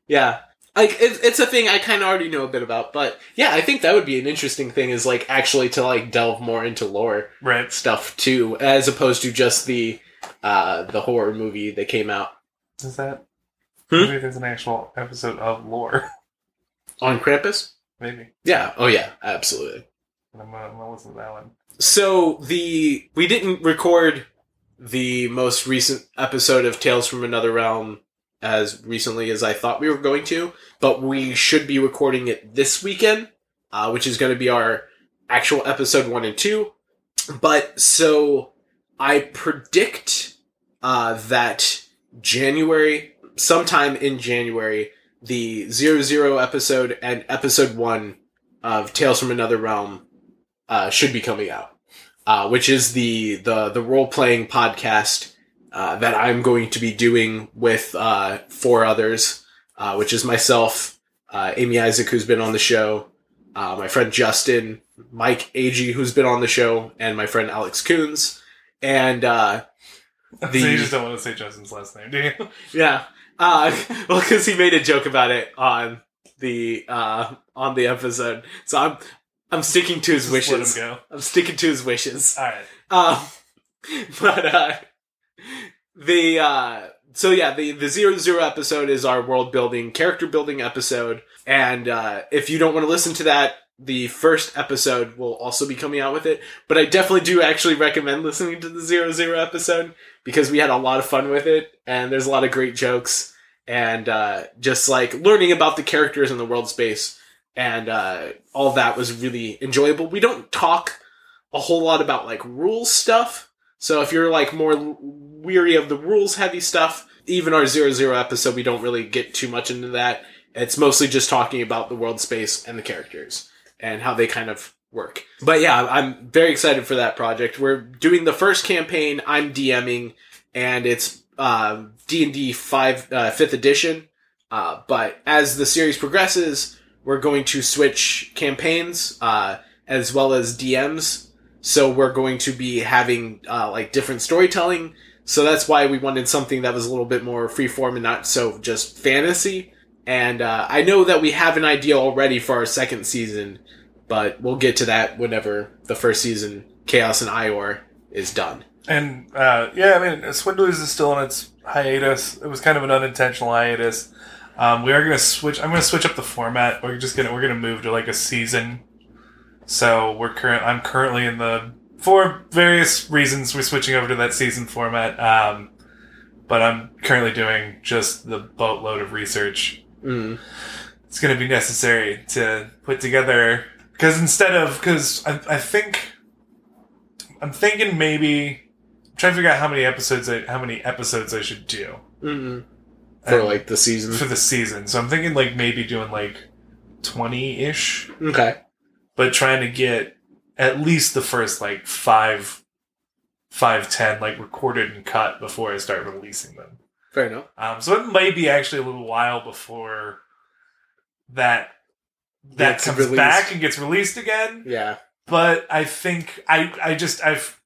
S2: Yeah, like it, it's a thing I kind of already know a bit about, but yeah, I think that would be an interesting thing is like actually to like delve more into lore
S3: Right.
S2: stuff too, as opposed to just the uh the horror movie that came out
S3: Is that
S2: Hmm?
S3: maybe there's an actual episode of lore?
S2: on Krampus.
S3: maybe.
S2: Yeah. Oh yeah. Absolutely.
S3: And I'm gonna, I'm gonna listen to that one.
S2: So the we didn't record the most recent episode of Tales from Another Realm as recently as I thought we were going to, but we should be recording it this weekend, uh, which is going to be our actual episode one and two. But so I predict uh, that January, sometime in January, the zero zero episode and episode one of Tales from Another Realm uh, should be coming out, uh, which is the the the role playing podcast uh, that I'm going to be doing with uh, four others, uh, which is myself, uh, Amy Isaac, who's been on the show, uh, my friend Justin, Mike Ag, who's been on the show, and my friend Alex Coons, and uh, The-
S3: so you just don't want to say Justin's last name, do you?
S2: yeah, uh, well, because he made a joke about it on the uh, on the episode, so I'm I'm sticking to his
S3: Just
S2: wishes.
S3: Let him
S2: I'm sticking to his wishes.
S3: go. All right.
S2: Um, but uh, the uh, so yeah, the the zero zero episode is our world building, character building episode, and uh, if you don't want to listen to that, the first episode will also be coming out with it. But I definitely do actually recommend listening to the zero zero episode because we had a lot of fun with it, and there's a lot of great jokes and uh, just like learning about the characters in the world space. And uh, all that was really enjoyable. We don't talk a whole lot about like rules stuff. So if you're like more l- weary of the rules heavy stuff, even our zero zero episode, we don't really get too much into that. It's mostly just talking about the world space and the characters and how they kind of work. But yeah, I'm very excited for that project. We're doing the first campaign. I'm DMing, and it's uh, D and D five uh, fifth edition. Uh, but as the series progresses, we're going to switch campaigns uh, as well as DMs so we're going to be having uh, like different storytelling so that's why we wanted something that was a little bit more freeform and not so just fantasy and uh, i know that we have an idea already for our second season but we'll get to that whenever the first season chaos and ior is done
S3: And uh, yeah, I mean, Swindlers is still on its hiatus. It was kind of an unintentional hiatus. Um, we are going to switch. I'm going to switch up the format. We're just going to we're going to move to like a season. So we're current. I'm currently in the for various reasons we're switching over to that season format. Um, but I'm currently doing just the boatload of research
S2: Mm.
S3: it's going to be necessary to put together because instead of because I, I think i'm thinking maybe I'm trying to figure out how many episodes I, how many episodes i should do
S2: Mm-mm. For
S3: And-
S2: like the
S3: for
S2: season.
S3: the season so i'm thinking like maybe doing like 20-ish
S2: Okay.
S3: but trying to get at least the first like five five ten like recorded and cut before i start releasing them
S2: Fair enough.
S3: Um, so it may be actually a little while before that that
S2: Gets
S3: comes
S2: released.
S3: back and gets released again.
S2: Yeah.
S3: But I think I I just I've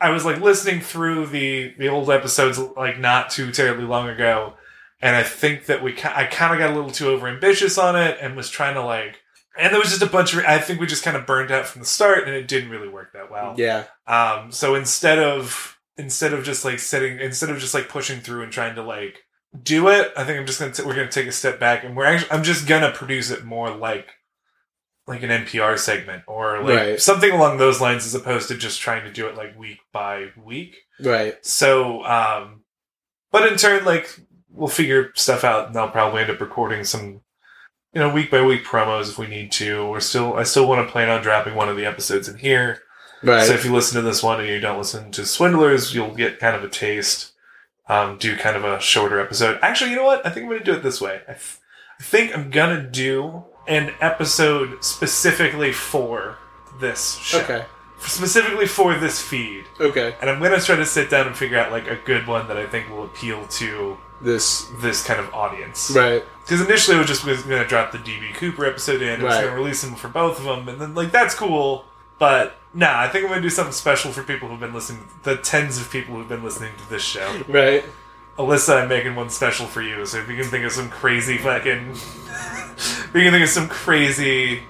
S3: I was like listening through the the old episodes like not too terribly long ago, and I think that we ki- I kind of got a little too overambitious on it and was trying to like and there was just a bunch of I think we just kind of burned out from the start and it didn't really work that well.
S2: Yeah.
S3: Um, so instead of instead of just like sitting, instead of just like pushing through and trying to like do it, I think I'm just gonna t- we're gonna take a step back and we're actually I'm just gonna produce it more like like an NPR segment or like
S2: Right.
S3: something along those lines as opposed to just trying to do it like week by week.
S2: Right.
S3: So, um, but in turn, like we'll figure stuff out, and I'll probably end up recording some, you know, week by week promos if we need to. We're still I still want to plan on dropping one of the episodes in here.
S2: Right.
S3: So if you listen to this one and you don't listen to Swindlers, you'll get kind of a taste. Um, do kind of a shorter episode. Actually, you know what? I think I'm going to do it this way. I, th- I think I'm going to do an episode specifically for this show,
S2: okay.
S3: specifically for this feed,
S2: Okay.
S3: and I'm going to try to sit down and figure out like a good one that I think will appeal to
S2: This.
S3: this kind of audience.
S2: Right.
S3: Because initially, it was just was going to drop the DB Cooper episode in. It was
S2: Right.
S3: going to release them for both of them, and then like that's cool. But nah, I think I'm going to do something special for people who've been listening. The tens of people who've been listening to this show.
S2: Right.
S3: Alyssa, I'm making one special for you. So if you can think of some crazy fucking, if you can think of some crazy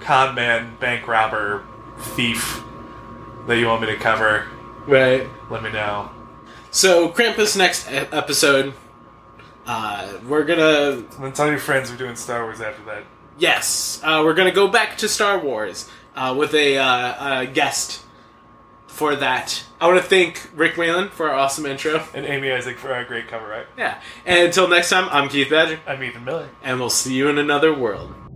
S3: con man, bank robber, thief that you want me to cover,
S2: Right.
S3: let me know.
S2: So Krampus next e- episode. Uh, we're gonna
S3: And then tell your friends we're doing Star Wars after that.
S2: yes, uh, we're gonna go back to Star Wars uh, with a, uh, a guest for that. I want to thank Rick Whalen for our awesome intro.
S3: And Amy Isaac for our great cover art.
S2: Yeah. And until next time, I'm Keith Badger,
S3: I'm Ethan Miller.
S2: and we'll see you in another world.